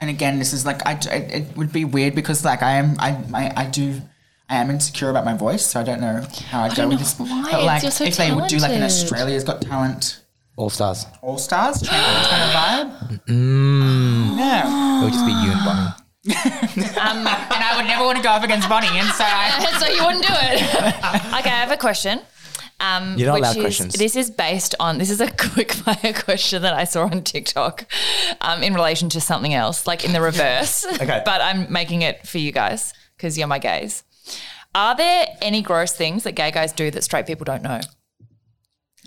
Speaker 3: and again, this is like, I, I- it would be weird because like I am, I, I, I do, I am insecure about my voice, so I don't know how I'd go with this.
Speaker 1: why,
Speaker 3: But
Speaker 1: it's-
Speaker 3: like,
Speaker 1: you're so
Speaker 3: if they would do like an
Speaker 1: talented.
Speaker 3: Australia's Got Talent
Speaker 2: All Stars.
Speaker 3: All Stars channel kind of vibe.
Speaker 2: Mm.
Speaker 3: Yeah.
Speaker 2: It would just be you and Bonnie.
Speaker 3: And I would never want to go up against Bonnie, and so I.
Speaker 1: so you wouldn't do it. okay, I have a question. Um,
Speaker 2: You're not
Speaker 1: which
Speaker 2: allowed
Speaker 1: is-
Speaker 2: questions.
Speaker 1: This is based on this is a quick fire question that I saw on TikTok, um, in relation to something else, like in the reverse.
Speaker 2: Okay.
Speaker 1: but I'm making it for you guys because you're my gays. Are there any gross things that gay guys do that straight people don't know?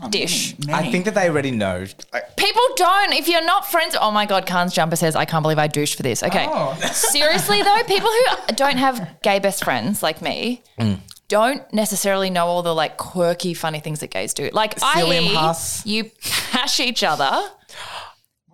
Speaker 1: Dish.
Speaker 2: I think that they already know. I,
Speaker 1: People don't. If you're not friends, oh my god, Khan's jumper says, "I can't believe I douched for this." Okay,
Speaker 2: Oh.
Speaker 1: seriously though, people who don't have gay best friends like me don't necessarily know all the like quirky, funny things that gays do. Like,
Speaker 2: Cilium
Speaker 1: i.e.,
Speaker 2: Huss.
Speaker 1: you pash each other,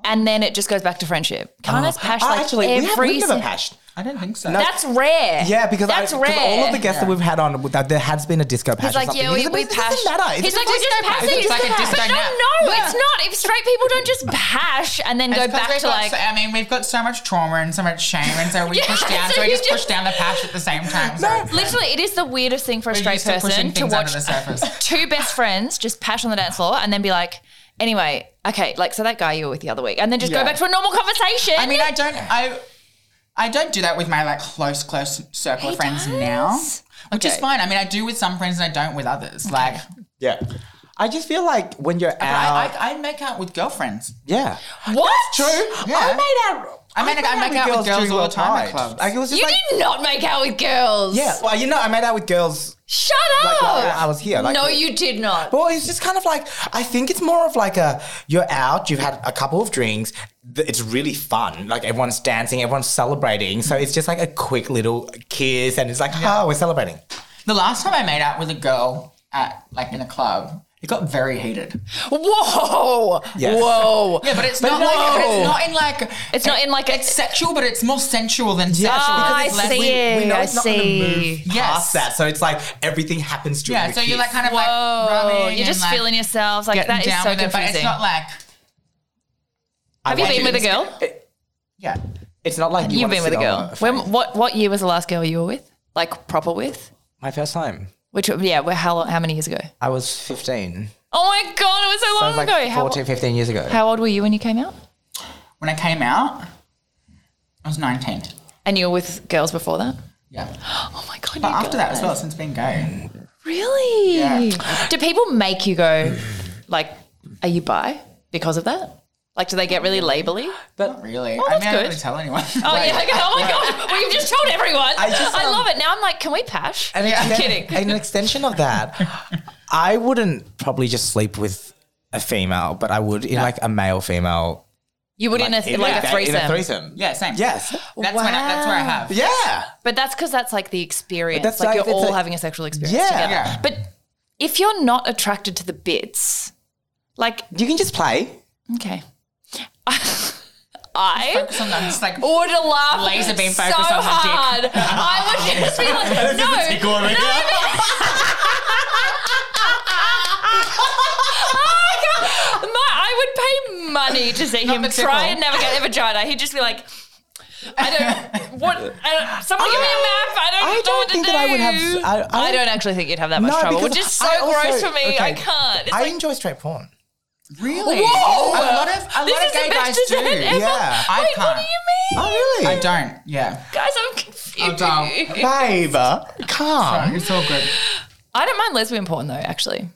Speaker 1: and then it just goes back to friendship. Khan has pashed
Speaker 2: Oh,
Speaker 1: like
Speaker 2: actually, we have
Speaker 1: every.
Speaker 2: we've never
Speaker 1: si-
Speaker 2: patched.
Speaker 3: I don't think so.
Speaker 1: that's rare.
Speaker 2: Yeah, because I-
Speaker 1: that's
Speaker 2: 'cause
Speaker 1: rare.
Speaker 2: all of the guests that we've had on, that there has been a disco patch.
Speaker 1: He's
Speaker 2: or
Speaker 1: like,
Speaker 2: something.
Speaker 1: yeah, we,
Speaker 2: He's like,
Speaker 1: we
Speaker 2: it doesn't
Speaker 1: pash.
Speaker 2: matter. It's
Speaker 1: He's
Speaker 2: a
Speaker 1: like, we
Speaker 2: disco
Speaker 1: just
Speaker 2: patch.
Speaker 1: pash
Speaker 2: It's a
Speaker 1: each
Speaker 2: disco
Speaker 1: other.
Speaker 2: patch.
Speaker 1: But
Speaker 3: disco
Speaker 1: no,
Speaker 3: nap.
Speaker 1: no, it's not. If straight people don't just pash and then go
Speaker 3: It's 'cause
Speaker 1: back
Speaker 3: we've
Speaker 1: to
Speaker 3: got
Speaker 1: like,
Speaker 3: so- I mean, we've got so much trauma and so much shame, and so we push down.
Speaker 1: so
Speaker 3: So, we
Speaker 1: you
Speaker 3: just, push
Speaker 1: just-
Speaker 3: down the patch at the same time. So it's
Speaker 1: literally, it is the weirdest thing for a straight
Speaker 3: used to
Speaker 1: person
Speaker 3: pushing
Speaker 1: to
Speaker 3: things
Speaker 1: watch
Speaker 3: under the surface.
Speaker 1: two best friends just pash on the dance floor and then be like, anyway, okay, like, so that guy you were with the other week. And then just go
Speaker 3: Yeah.
Speaker 1: back to a normal conversation.
Speaker 3: I mean, I don't. I I don't do that with my like close, close circle of friends now, which is
Speaker 1: Okay.
Speaker 3: fine. I mean, I do with some friends, and I don't with others. Like, uh,
Speaker 2: Yeah. I just feel like when you're
Speaker 3: I,
Speaker 2: out,
Speaker 3: I, I make out with girlfriends.
Speaker 2: yeah.
Speaker 1: what?
Speaker 3: Yeah.
Speaker 2: I made out.
Speaker 3: I made- I make out with girls
Speaker 2: during
Speaker 3: all the
Speaker 2: World
Speaker 3: time
Speaker 2: Pride.
Speaker 3: at clubs.
Speaker 2: Like it was just
Speaker 1: You
Speaker 2: like,
Speaker 1: did not make out with girls.
Speaker 2: yeah. Well, you know, I made out with girls
Speaker 1: Shut
Speaker 2: like
Speaker 1: up.
Speaker 2: while I was here. Like,
Speaker 1: no, you did not.
Speaker 2: Well, it's just kind of like I think it's more of like a you're out, you've had a couple of drinks. th- It's really fun. Like everyone's dancing, everyone's celebrating. So it's just like a quick little kiss, and it's like, oh, we're celebrating.
Speaker 3: The last time I made out with a girl at like in a club, it got very heated.
Speaker 1: Whoa.
Speaker 2: Yes.
Speaker 1: Oh, Whoa.
Speaker 3: Yeah, but it's not
Speaker 1: no.
Speaker 3: like but it's not in like
Speaker 1: It's not in like a.
Speaker 3: it's sexual, but it's more sensual than
Speaker 2: Yeah,
Speaker 3: sexual.
Speaker 2: because
Speaker 1: Oh, I
Speaker 3: it's less-
Speaker 1: see.
Speaker 2: we, we know
Speaker 1: I
Speaker 2: it's not going to move
Speaker 1: see.
Speaker 3: Yes.
Speaker 2: past that. So it's like everything happens during.
Speaker 3: Yeah,
Speaker 2: the
Speaker 3: so you're
Speaker 2: kiss.
Speaker 3: like kind of
Speaker 1: Whoa.
Speaker 3: like rubbing
Speaker 1: Oh, You're
Speaker 3: and,
Speaker 1: just
Speaker 3: like,
Speaker 1: feeling yourself. Like,
Speaker 3: getting
Speaker 1: that is
Speaker 3: down
Speaker 1: so
Speaker 3: with it, but it's
Speaker 1: confusing.
Speaker 3: not like
Speaker 2: I
Speaker 1: Have you
Speaker 2: want
Speaker 1: been
Speaker 2: to
Speaker 1: with a
Speaker 2: do this.
Speaker 1: girl?
Speaker 3: Yeah.
Speaker 2: It's not like you
Speaker 1: You've
Speaker 2: wanna
Speaker 1: been with a
Speaker 2: sit on
Speaker 1: girl. When, what what year was the last girl you were with? Like proper with?
Speaker 2: My first time,
Speaker 1: Which yeah, well, how lo- how many years ago?
Speaker 2: I was 15.
Speaker 1: Oh my god, it was so
Speaker 2: I
Speaker 1: long
Speaker 2: was like
Speaker 1: ago. How-
Speaker 2: 14, 15 years ago.
Speaker 1: How, old were you when you came out?
Speaker 3: When I came out, I was 19.
Speaker 1: And you were with girls before that?
Speaker 3: Yeah.
Speaker 1: Oh my god.
Speaker 3: But
Speaker 1: you
Speaker 3: after that as
Speaker 1: guys.
Speaker 3: well, since being gay.
Speaker 1: Really? Do people make you go like Are you bi because of that? Like, do they get really labely?
Speaker 3: Not really. I
Speaker 1: Oh, that's
Speaker 3: mean, I
Speaker 1: good.
Speaker 3: don't really tell anyone.
Speaker 1: Oh yeah! okay. Oh my god! Well, you've just told everyone. I,
Speaker 2: just, um,
Speaker 1: love it. Now I'm like, can we pash?
Speaker 2: And
Speaker 1: I'm
Speaker 2: exten-
Speaker 1: kidding.
Speaker 2: and an extension of that, I wouldn't probably just sleep with a female, but I would in like a male female.
Speaker 1: You would in a
Speaker 2: in
Speaker 1: like a threesome,
Speaker 2: In a threesome.
Speaker 3: Yeah, same.
Speaker 2: Yes.
Speaker 3: That's, when I, that's where I have.
Speaker 2: Yeah.
Speaker 1: but that's because that's like the experience.
Speaker 2: that's
Speaker 1: like,
Speaker 2: like-
Speaker 1: you're
Speaker 2: that's
Speaker 1: all
Speaker 2: like-
Speaker 1: having a sexual experience
Speaker 2: Yeah.
Speaker 1: together.
Speaker 3: Yeah.
Speaker 1: But if you're not attracted to the bits, like
Speaker 2: You can just play.
Speaker 1: okay, I
Speaker 3: Sometimes it's like,
Speaker 1: would laugh
Speaker 3: Laser beam
Speaker 1: so
Speaker 3: focus on the dick.
Speaker 1: hard. I would just be like, no, Oh my God. My- I would pay money to see him
Speaker 3: the
Speaker 1: try
Speaker 3: tickle.
Speaker 1: and navigate the vagina. He'd just be like, I don't. What? I don't, someone give me a map. I don't.
Speaker 2: I
Speaker 1: know
Speaker 2: don't
Speaker 1: what to
Speaker 2: think that I would have-
Speaker 1: do."
Speaker 2: I- I don't-
Speaker 1: don't actually think you'd have that much trouble, which is so
Speaker 2: I also-
Speaker 1: gross for me. I
Speaker 2: okay,
Speaker 1: can't. It's
Speaker 2: I
Speaker 1: like,
Speaker 2: enjoy straight porn.
Speaker 3: really?
Speaker 1: Whoa!
Speaker 3: A lot of, a
Speaker 1: This
Speaker 3: lot
Speaker 1: is
Speaker 3: of
Speaker 1: the
Speaker 3: gay
Speaker 1: best
Speaker 3: guys do.
Speaker 1: dessert ever.
Speaker 2: Yeah.
Speaker 3: I
Speaker 1: wait,
Speaker 3: can't.
Speaker 1: what do you mean,
Speaker 2: Oh really?
Speaker 3: I don't. Yeah.
Speaker 1: guys? I'm confused.
Speaker 3: doll.
Speaker 2: Babe, calm.
Speaker 3: It's all good.
Speaker 1: I don't mind lesbian porn though, actually.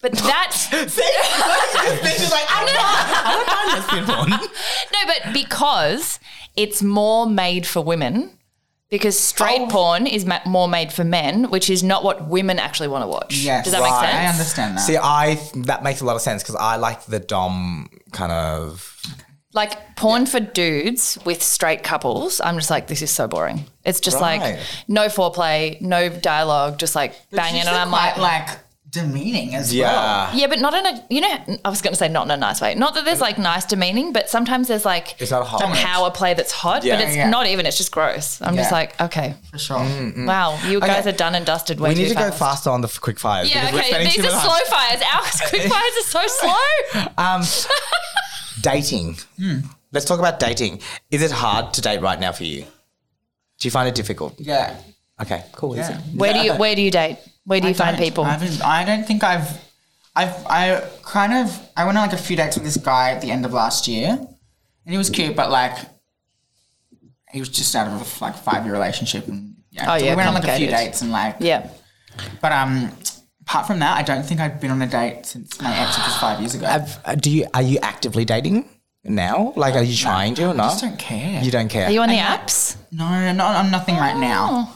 Speaker 1: But that's
Speaker 2: She's like, I don't know. I don't find this
Speaker 1: No, but because it's more made for women, because straight porn is ma- more made for men, which is not what women actually want to watch.
Speaker 3: Yes.
Speaker 1: Does that make
Speaker 2: Right.
Speaker 1: sense?
Speaker 3: I understand that.
Speaker 2: See, I that makes a lot of sense because I like the dom kind of.
Speaker 1: Like porn for dudes with straight couples, I'm just like, this is so boring. It's just
Speaker 2: Right.
Speaker 1: like no foreplay, no dialogue, just like banging. And
Speaker 3: Usually
Speaker 1: I'm
Speaker 3: quite,
Speaker 1: like,
Speaker 3: like demeaning as well.
Speaker 2: Yeah,
Speaker 1: yeah, but not in a, you know, I was going to say not in a nice way. Not that there's like nice demeaning, but sometimes there's like
Speaker 2: it's not hot.
Speaker 3: Dominant.
Speaker 1: power play that's hot,
Speaker 2: Yeah.
Speaker 1: but it's
Speaker 3: Yeah.
Speaker 1: not even, it's just gross. I'm just
Speaker 3: Yeah.
Speaker 1: like, okay,
Speaker 3: For sure.
Speaker 2: Mm-hmm.
Speaker 1: wow, you guys
Speaker 2: Okay.
Speaker 1: are done and dusted way
Speaker 2: We
Speaker 1: too
Speaker 2: need to go
Speaker 1: fast.
Speaker 2: faster on the f- quick fires.
Speaker 1: Yeah,
Speaker 2: because we're
Speaker 1: okay.
Speaker 2: spending
Speaker 1: These
Speaker 2: too
Speaker 1: are
Speaker 2: much-
Speaker 1: slow fires. Our quick fires are so slow.
Speaker 2: Dating.
Speaker 1: Hmm.
Speaker 2: Let's talk about dating. Is it hard to date right now for you? Do you find it difficult?
Speaker 3: Yeah.
Speaker 2: Okay, cool. easy.
Speaker 3: Yeah.
Speaker 1: Where do you where do you date? Where do you find
Speaker 3: don't.
Speaker 1: people?
Speaker 3: I haven't- I don't think I've. I've I kind of I went on like a few dates with this guy at the end of last year, and he was cute, but like he was just out of a like five year relationship, and yeah,
Speaker 1: Oh,
Speaker 3: so
Speaker 1: yeah,
Speaker 3: we went on like a few
Speaker 1: complicated.
Speaker 3: dates and like
Speaker 1: yeah.
Speaker 3: But um, apart from that, I don't think I've been on a date since my ex, which was five years ago. I
Speaker 2: Have- uh, do you are you actively dating now? Like, are you trying to or not?
Speaker 3: just don't care.
Speaker 2: You don't care.
Speaker 1: Are you Oh. on the apps?
Speaker 3: No, no, no, I'm nothing right now.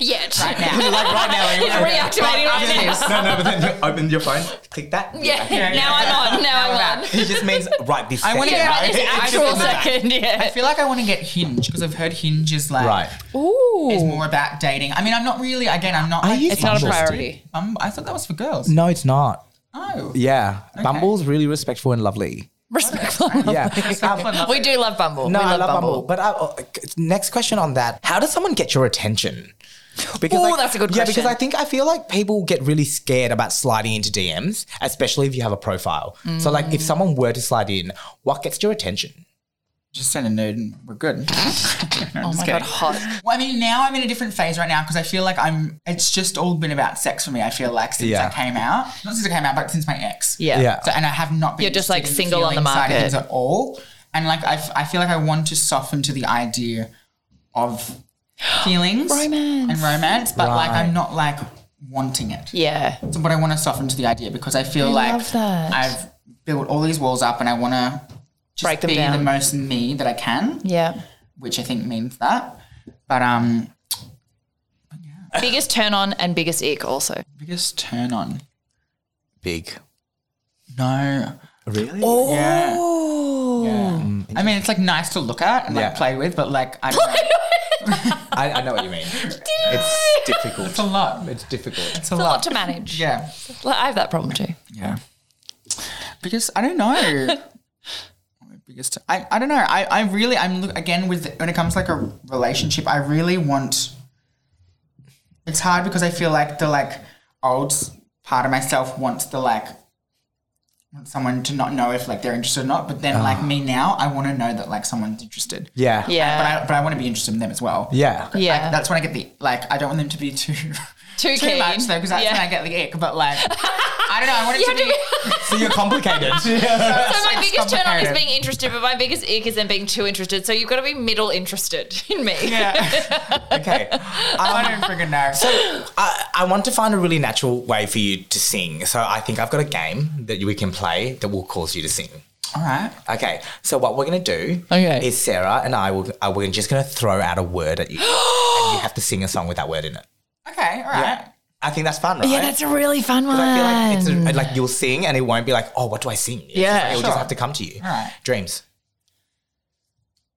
Speaker 1: Yet.
Speaker 3: like right now,
Speaker 1: He's reactivating right now.
Speaker 2: no, no, but then you open your phone, click that.
Speaker 1: Yeah.
Speaker 3: yeah,
Speaker 1: Now I'm on. Now I'm on.
Speaker 2: It just means right this
Speaker 3: I wanna
Speaker 2: second.
Speaker 3: get
Speaker 1: Right this
Speaker 3: I just
Speaker 1: actual
Speaker 3: did that.
Speaker 1: second.
Speaker 3: I
Speaker 1: Yeah.
Speaker 3: feel like I want to get Hinge because I've heard Hinge is like
Speaker 2: Right.
Speaker 3: is
Speaker 1: Ooh.
Speaker 3: more about dating. I mean, I'm not really. Again, I'm not.
Speaker 2: Are
Speaker 3: like,
Speaker 2: you
Speaker 1: It's not a
Speaker 2: Bumble.
Speaker 1: priority.
Speaker 3: um, I thought that was for girls.
Speaker 2: No, it's not.
Speaker 3: Oh,
Speaker 2: Yeah, Bumble's really respectful and lovely.
Speaker 1: Respectful.
Speaker 2: Yeah.
Speaker 1: We do love Bumble.
Speaker 2: No,
Speaker 1: we
Speaker 2: I
Speaker 1: love,
Speaker 2: love Bumble.
Speaker 1: Bumble.
Speaker 2: But I, uh, next question on that: How does someone get your attention? Because
Speaker 1: Ooh, that's a good
Speaker 2: yeah,
Speaker 1: question.
Speaker 2: because I think I feel like people get really scared about sliding into DMs, especially if you have a profile. So, like, if someone were to slide in, what gets your attention?
Speaker 3: just send a nude and we're good.
Speaker 1: Oh my god, hot.
Speaker 3: Well, I mean, now I'm in a different phase right now because I feel like I'm. It's just all been about sex for me. I feel like since
Speaker 2: Yeah.
Speaker 3: I came out, not since I came out, but since my ex.
Speaker 1: Yeah.
Speaker 2: Yeah.
Speaker 3: So, and I have not been.
Speaker 1: You're just,
Speaker 3: interested
Speaker 1: like,
Speaker 3: in
Speaker 1: single on the
Speaker 3: feelings side of
Speaker 1: market.
Speaker 3: things at all. And like I, f- I feel like I want to soften to the idea of feelings,
Speaker 1: Romance.
Speaker 3: and romance, but like
Speaker 2: Right.
Speaker 3: I'm not like wanting it.
Speaker 1: Yeah.
Speaker 3: So, but I want to soften to the idea because I feel like
Speaker 1: love that.
Speaker 3: I've built all these walls up, and I want to just
Speaker 1: Break them
Speaker 3: be
Speaker 1: down.
Speaker 3: the most me that I can,
Speaker 1: Yeah.
Speaker 3: which I think means that. But um,
Speaker 1: Biggest turn on and biggest ick also.
Speaker 3: biggest turn on.
Speaker 2: Big.
Speaker 3: No.
Speaker 2: Really?
Speaker 1: Oh.
Speaker 3: Yeah.
Speaker 1: Mm,
Speaker 3: I mean, it's like nice to look at and like
Speaker 2: Yeah.
Speaker 3: play with, but like I don't know.
Speaker 2: I, I know what you mean. it's
Speaker 3: it's a
Speaker 2: difficult.
Speaker 3: lot.
Speaker 2: It's difficult.
Speaker 3: It's a
Speaker 1: A lot
Speaker 3: lot.
Speaker 1: to manage.
Speaker 3: Yeah.
Speaker 1: Like, I have that problem too.
Speaker 3: Yeah. Because I don't know. Biggest. I, I don't know. I, I really I'm look again with when it comes to like a relationship. I really want. It's hard because I feel like the like old s- part of myself wants the like wants someone to not know if like they're interested or not. But then like
Speaker 1: Ah.
Speaker 3: me now, I want to know that like someone's interested.
Speaker 2: Yeah.
Speaker 3: But
Speaker 1: Yeah.
Speaker 3: I but I want to be interested in them as well.
Speaker 2: Yeah.
Speaker 1: yeah.
Speaker 3: Like, that's when I get the like. I don't want them to be too
Speaker 1: Too
Speaker 3: too
Speaker 1: keen.
Speaker 3: much though, because that's
Speaker 1: Yeah.
Speaker 3: when I get the ick. But like, I don't know. I want
Speaker 1: You
Speaker 3: it to
Speaker 1: have to
Speaker 3: be.
Speaker 1: be-
Speaker 2: so you're complicated.
Speaker 1: So my
Speaker 3: Sounds
Speaker 1: biggest turn on is
Speaker 3: complicated.
Speaker 1: being interested, but my biggest ick is then being too interested. So you've got to be middle interested in me.
Speaker 2: okay.
Speaker 3: I
Speaker 2: Um,
Speaker 3: don't freaking know.
Speaker 2: I, I want to find a really natural way for you to sing. So I think I've got a game that we can play that will cause you to sing.
Speaker 3: All right.
Speaker 2: Okay. So what we're gonna do
Speaker 1: Okay.
Speaker 2: is Sarah and I will I, we're just gonna throw out a word at you, and you have to sing a song with that word in it.
Speaker 3: Okay. All right.
Speaker 2: I think that's fun, right?
Speaker 1: a really fun one.
Speaker 2: I feel like it's a, like you'll sing and it won't be like, oh, what do I sing? It's
Speaker 1: Yeah.
Speaker 2: just like, it'll just
Speaker 3: Sure.
Speaker 2: have to come to you.
Speaker 3: Alright.
Speaker 2: Dreams.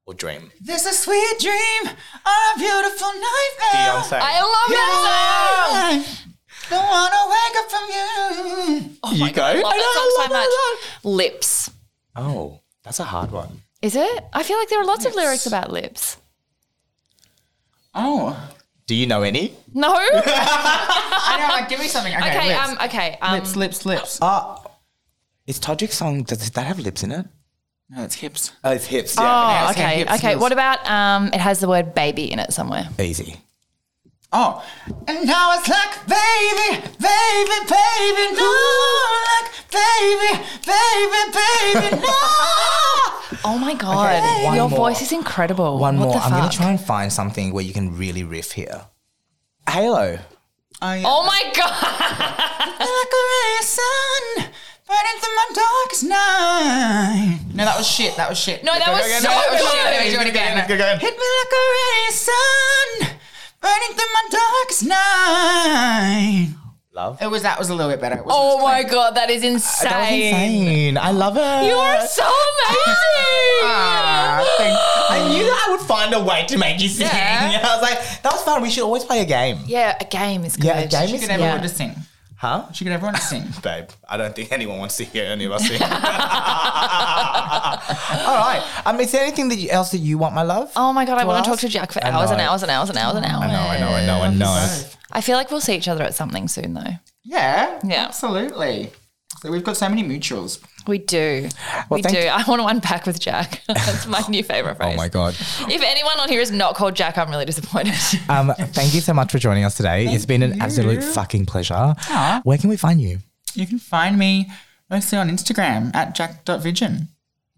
Speaker 2: Or dream.
Speaker 3: There's a sweet dream on a beautiful night. now.
Speaker 2: Beyonce.
Speaker 1: Ah, I love that song.
Speaker 3: Don't wanna wake up from you.
Speaker 2: you go.
Speaker 1: oh I love that
Speaker 2: I
Speaker 1: song so
Speaker 2: love
Speaker 1: much. Lips.
Speaker 2: that. Oh, that's a hard one.
Speaker 5: Is it? I feel like there are lots of lyrics about lips.
Speaker 3: Oh.
Speaker 2: Do you know any?
Speaker 1: No.
Speaker 3: I know, like, give me something. Okay,
Speaker 1: okay.
Speaker 3: lips.
Speaker 1: Um. Okay. Um.
Speaker 3: lips, lips, lips.
Speaker 2: Uh, is Todrick's song, does that have lips in it?
Speaker 3: No, it's hips.
Speaker 2: Oh, it's hips. Yeah.
Speaker 1: Oh,
Speaker 3: okay,
Speaker 1: okay.
Speaker 3: hips,
Speaker 1: Okay.
Speaker 3: heels.
Speaker 1: What about um? It has the word baby in it somewhere.
Speaker 2: Easy.
Speaker 3: Oh. And now it's like, baby, baby, baby, no. Like, baby, baby, baby, no.
Speaker 1: Oh my god.
Speaker 2: Okay, one
Speaker 1: Your
Speaker 2: more.
Speaker 1: voice is incredible.
Speaker 2: One
Speaker 1: What
Speaker 2: more.
Speaker 1: the
Speaker 2: I'm going
Speaker 1: fuck?
Speaker 2: to try and find something where you can really riff here. Halo.
Speaker 3: Oh, yeah.
Speaker 1: Oh my god.
Speaker 3: Like a ray of sun burning through my darkest night. No, that was shit. That was shit.
Speaker 1: No, that was so good.
Speaker 3: Shit. Do it again.
Speaker 2: Go again.
Speaker 3: Hit me like a ray of sun burning through my darkest night.
Speaker 2: Love.
Speaker 3: It was that was a little bit better. It was-
Speaker 1: Oh my god. That is insane.
Speaker 2: That was insane. I love it.
Speaker 1: You are so amazing.
Speaker 3: Ah, thank-
Speaker 2: I knew that I would find a way to make you sing.
Speaker 1: Yeah.
Speaker 2: I was like, that was fun. We should always play a game.
Speaker 1: Yeah, a game is good.
Speaker 2: Yeah, a game
Speaker 3: She
Speaker 2: is
Speaker 3: could everyone
Speaker 1: Yeah.
Speaker 3: to sing.
Speaker 2: Huh?
Speaker 3: She could everyone to sing.
Speaker 2: Babe, I don't think anyone wants to hear any of us sing. All right. Um, is there anything that you, else that you want, my love?
Speaker 1: Oh my god, I want to talk
Speaker 2: us?
Speaker 1: to Jack for
Speaker 2: I
Speaker 1: hours and
Speaker 2: know.
Speaker 1: hours and hours and hours and hours.
Speaker 2: I know, I know, I know, I know.
Speaker 1: I feel like we'll see each other at something soon, though.
Speaker 3: Yeah.
Speaker 1: Yeah.
Speaker 3: Absolutely. So we've got so many mutuals.
Speaker 1: We do. we
Speaker 2: thank
Speaker 1: do.
Speaker 2: you. Oh
Speaker 1: I want to unpack with Jack. That's my new favorite phrase.
Speaker 2: god.
Speaker 1: If anyone on here is not called Jack, I'm really disappointed.
Speaker 2: Um, thank you so much for joining us today. it's been an absolute fucking pleasure. Where can we find you?
Speaker 3: You can find me mostly on Instagram at jack.vision.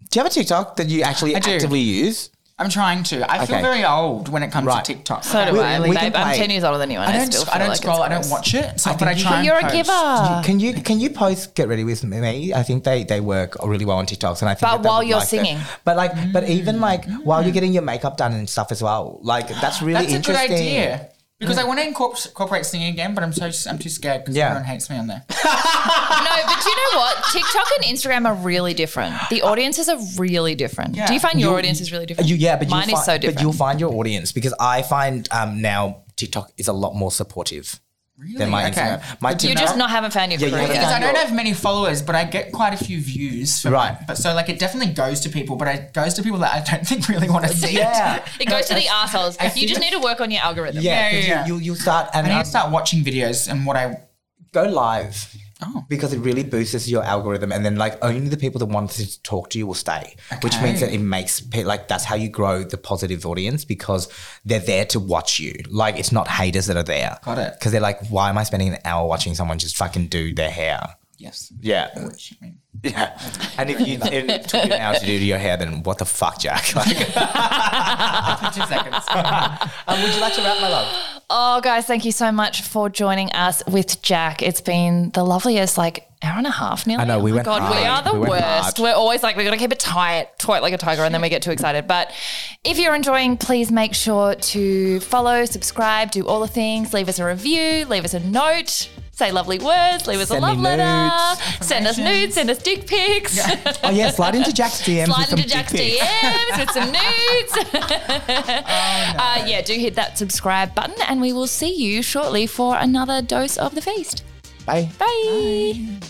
Speaker 2: Do you have a TikTok that you actually
Speaker 3: do.
Speaker 2: actively use?
Speaker 3: I'm trying to. I feel
Speaker 2: Okay.
Speaker 3: very old when it comes
Speaker 2: Right.
Speaker 3: to TikTok.
Speaker 1: so do
Speaker 2: We-
Speaker 1: I.
Speaker 2: we can
Speaker 1: babe, I'm
Speaker 2: play.
Speaker 1: 10 years older than you, and
Speaker 3: I
Speaker 1: I,
Speaker 3: don't,
Speaker 1: still feel
Speaker 3: I don't
Speaker 1: like
Speaker 3: scroll. I
Speaker 1: It's
Speaker 3: don't
Speaker 1: gross.
Speaker 3: watch it. So,
Speaker 2: I
Speaker 3: but I
Speaker 2: think you-
Speaker 3: try. and
Speaker 1: You're a
Speaker 3: post.
Speaker 1: giver.
Speaker 2: Can you can you post get ready with me? I think they they work really well on TikToks, and I think.
Speaker 1: But
Speaker 2: that they
Speaker 1: while
Speaker 2: would
Speaker 1: you're
Speaker 2: like that.
Speaker 1: singing. Mm.
Speaker 2: but like, but even like while you're getting your makeup done and stuff as well, like that's really
Speaker 3: That's a good
Speaker 2: interesting. Mm.
Speaker 3: idea. Because I want to incorpor- incorporate singing again, but I'm so I'm too scared because
Speaker 2: Yeah.
Speaker 3: everyone hates me on there.
Speaker 1: No, but you know what? TikTok and Instagram are really different. The audiences are really different. Do you find your
Speaker 2: You'll-
Speaker 1: audience is really different?
Speaker 2: You, yeah, but
Speaker 1: mine
Speaker 2: you'll
Speaker 1: is
Speaker 2: fi-
Speaker 1: so different.
Speaker 2: But you'll find your audience because I find um, now TikTok is a lot more supportive than my
Speaker 3: Okay.
Speaker 2: Instagram. My
Speaker 1: you
Speaker 2: TikTok-
Speaker 1: just not haven't found your
Speaker 2: Yeah, you
Speaker 1: career
Speaker 2: haven't
Speaker 1: yet.
Speaker 3: Because I don't
Speaker 2: Your-
Speaker 3: have many followers, but I get quite a few views. For
Speaker 2: Right.
Speaker 3: my- but so like it definitely goes to people, but it goes to people that I don't think really want to see
Speaker 2: Yeah.
Speaker 3: it.
Speaker 1: It goes to the assholes.
Speaker 3: I
Speaker 1: You
Speaker 3: feel-
Speaker 1: just need to work on your algorithm.
Speaker 2: Yeah,
Speaker 3: Yeah,
Speaker 2: 'cause
Speaker 3: yeah, yeah.
Speaker 2: You, you you start and
Speaker 3: I need
Speaker 2: um,
Speaker 3: to start watching videos and what I
Speaker 2: go live.
Speaker 3: Oh.
Speaker 2: Because it really boosts your algorithm, and then like only the people that want to talk to you will stay, which means that it makes pe- like that's how you grow the positive audience because they're there to watch you. Like it's not haters that are there.
Speaker 3: Got it.
Speaker 2: Because they're like, why am I spending an hour watching someone just fucking do their hair?
Speaker 3: yes.
Speaker 2: Yeah,
Speaker 3: Which, I mean,
Speaker 2: yeah. And if you it took you an hour to do your hair, then what the fuck, Jack? Like,
Speaker 3: two seconds.
Speaker 2: um, would you like to wrap my love?
Speaker 1: Oh, guys, thank you so much for joining us with Jack. It's been the loveliest, like, hour and a half nearly.
Speaker 2: I know,
Speaker 1: Oh
Speaker 2: we
Speaker 1: my
Speaker 2: went
Speaker 1: God, we are
Speaker 2: hard.
Speaker 1: the
Speaker 2: We went
Speaker 1: worst.
Speaker 2: hard.
Speaker 1: We're always like, we've got to keep it tight, tight like a tiger, and then we get too excited. But if you're enjoying, please make sure to follow, subscribe, do all the things, leave us a review, leave us a note. Say lovely words, leave us
Speaker 2: Send
Speaker 1: a
Speaker 2: me
Speaker 1: love letter,
Speaker 2: nudes.
Speaker 1: send us nudes, send us dick pics,
Speaker 2: Oh yeah, slide into Jack's DMs. with
Speaker 1: slide
Speaker 2: some
Speaker 1: into Jack's
Speaker 2: dick pics.
Speaker 1: DMs with some nudes. Uh, yeah, do hit that subscribe button, and we will see you shortly for another dose of the feast.
Speaker 2: Bye.
Speaker 1: Bye.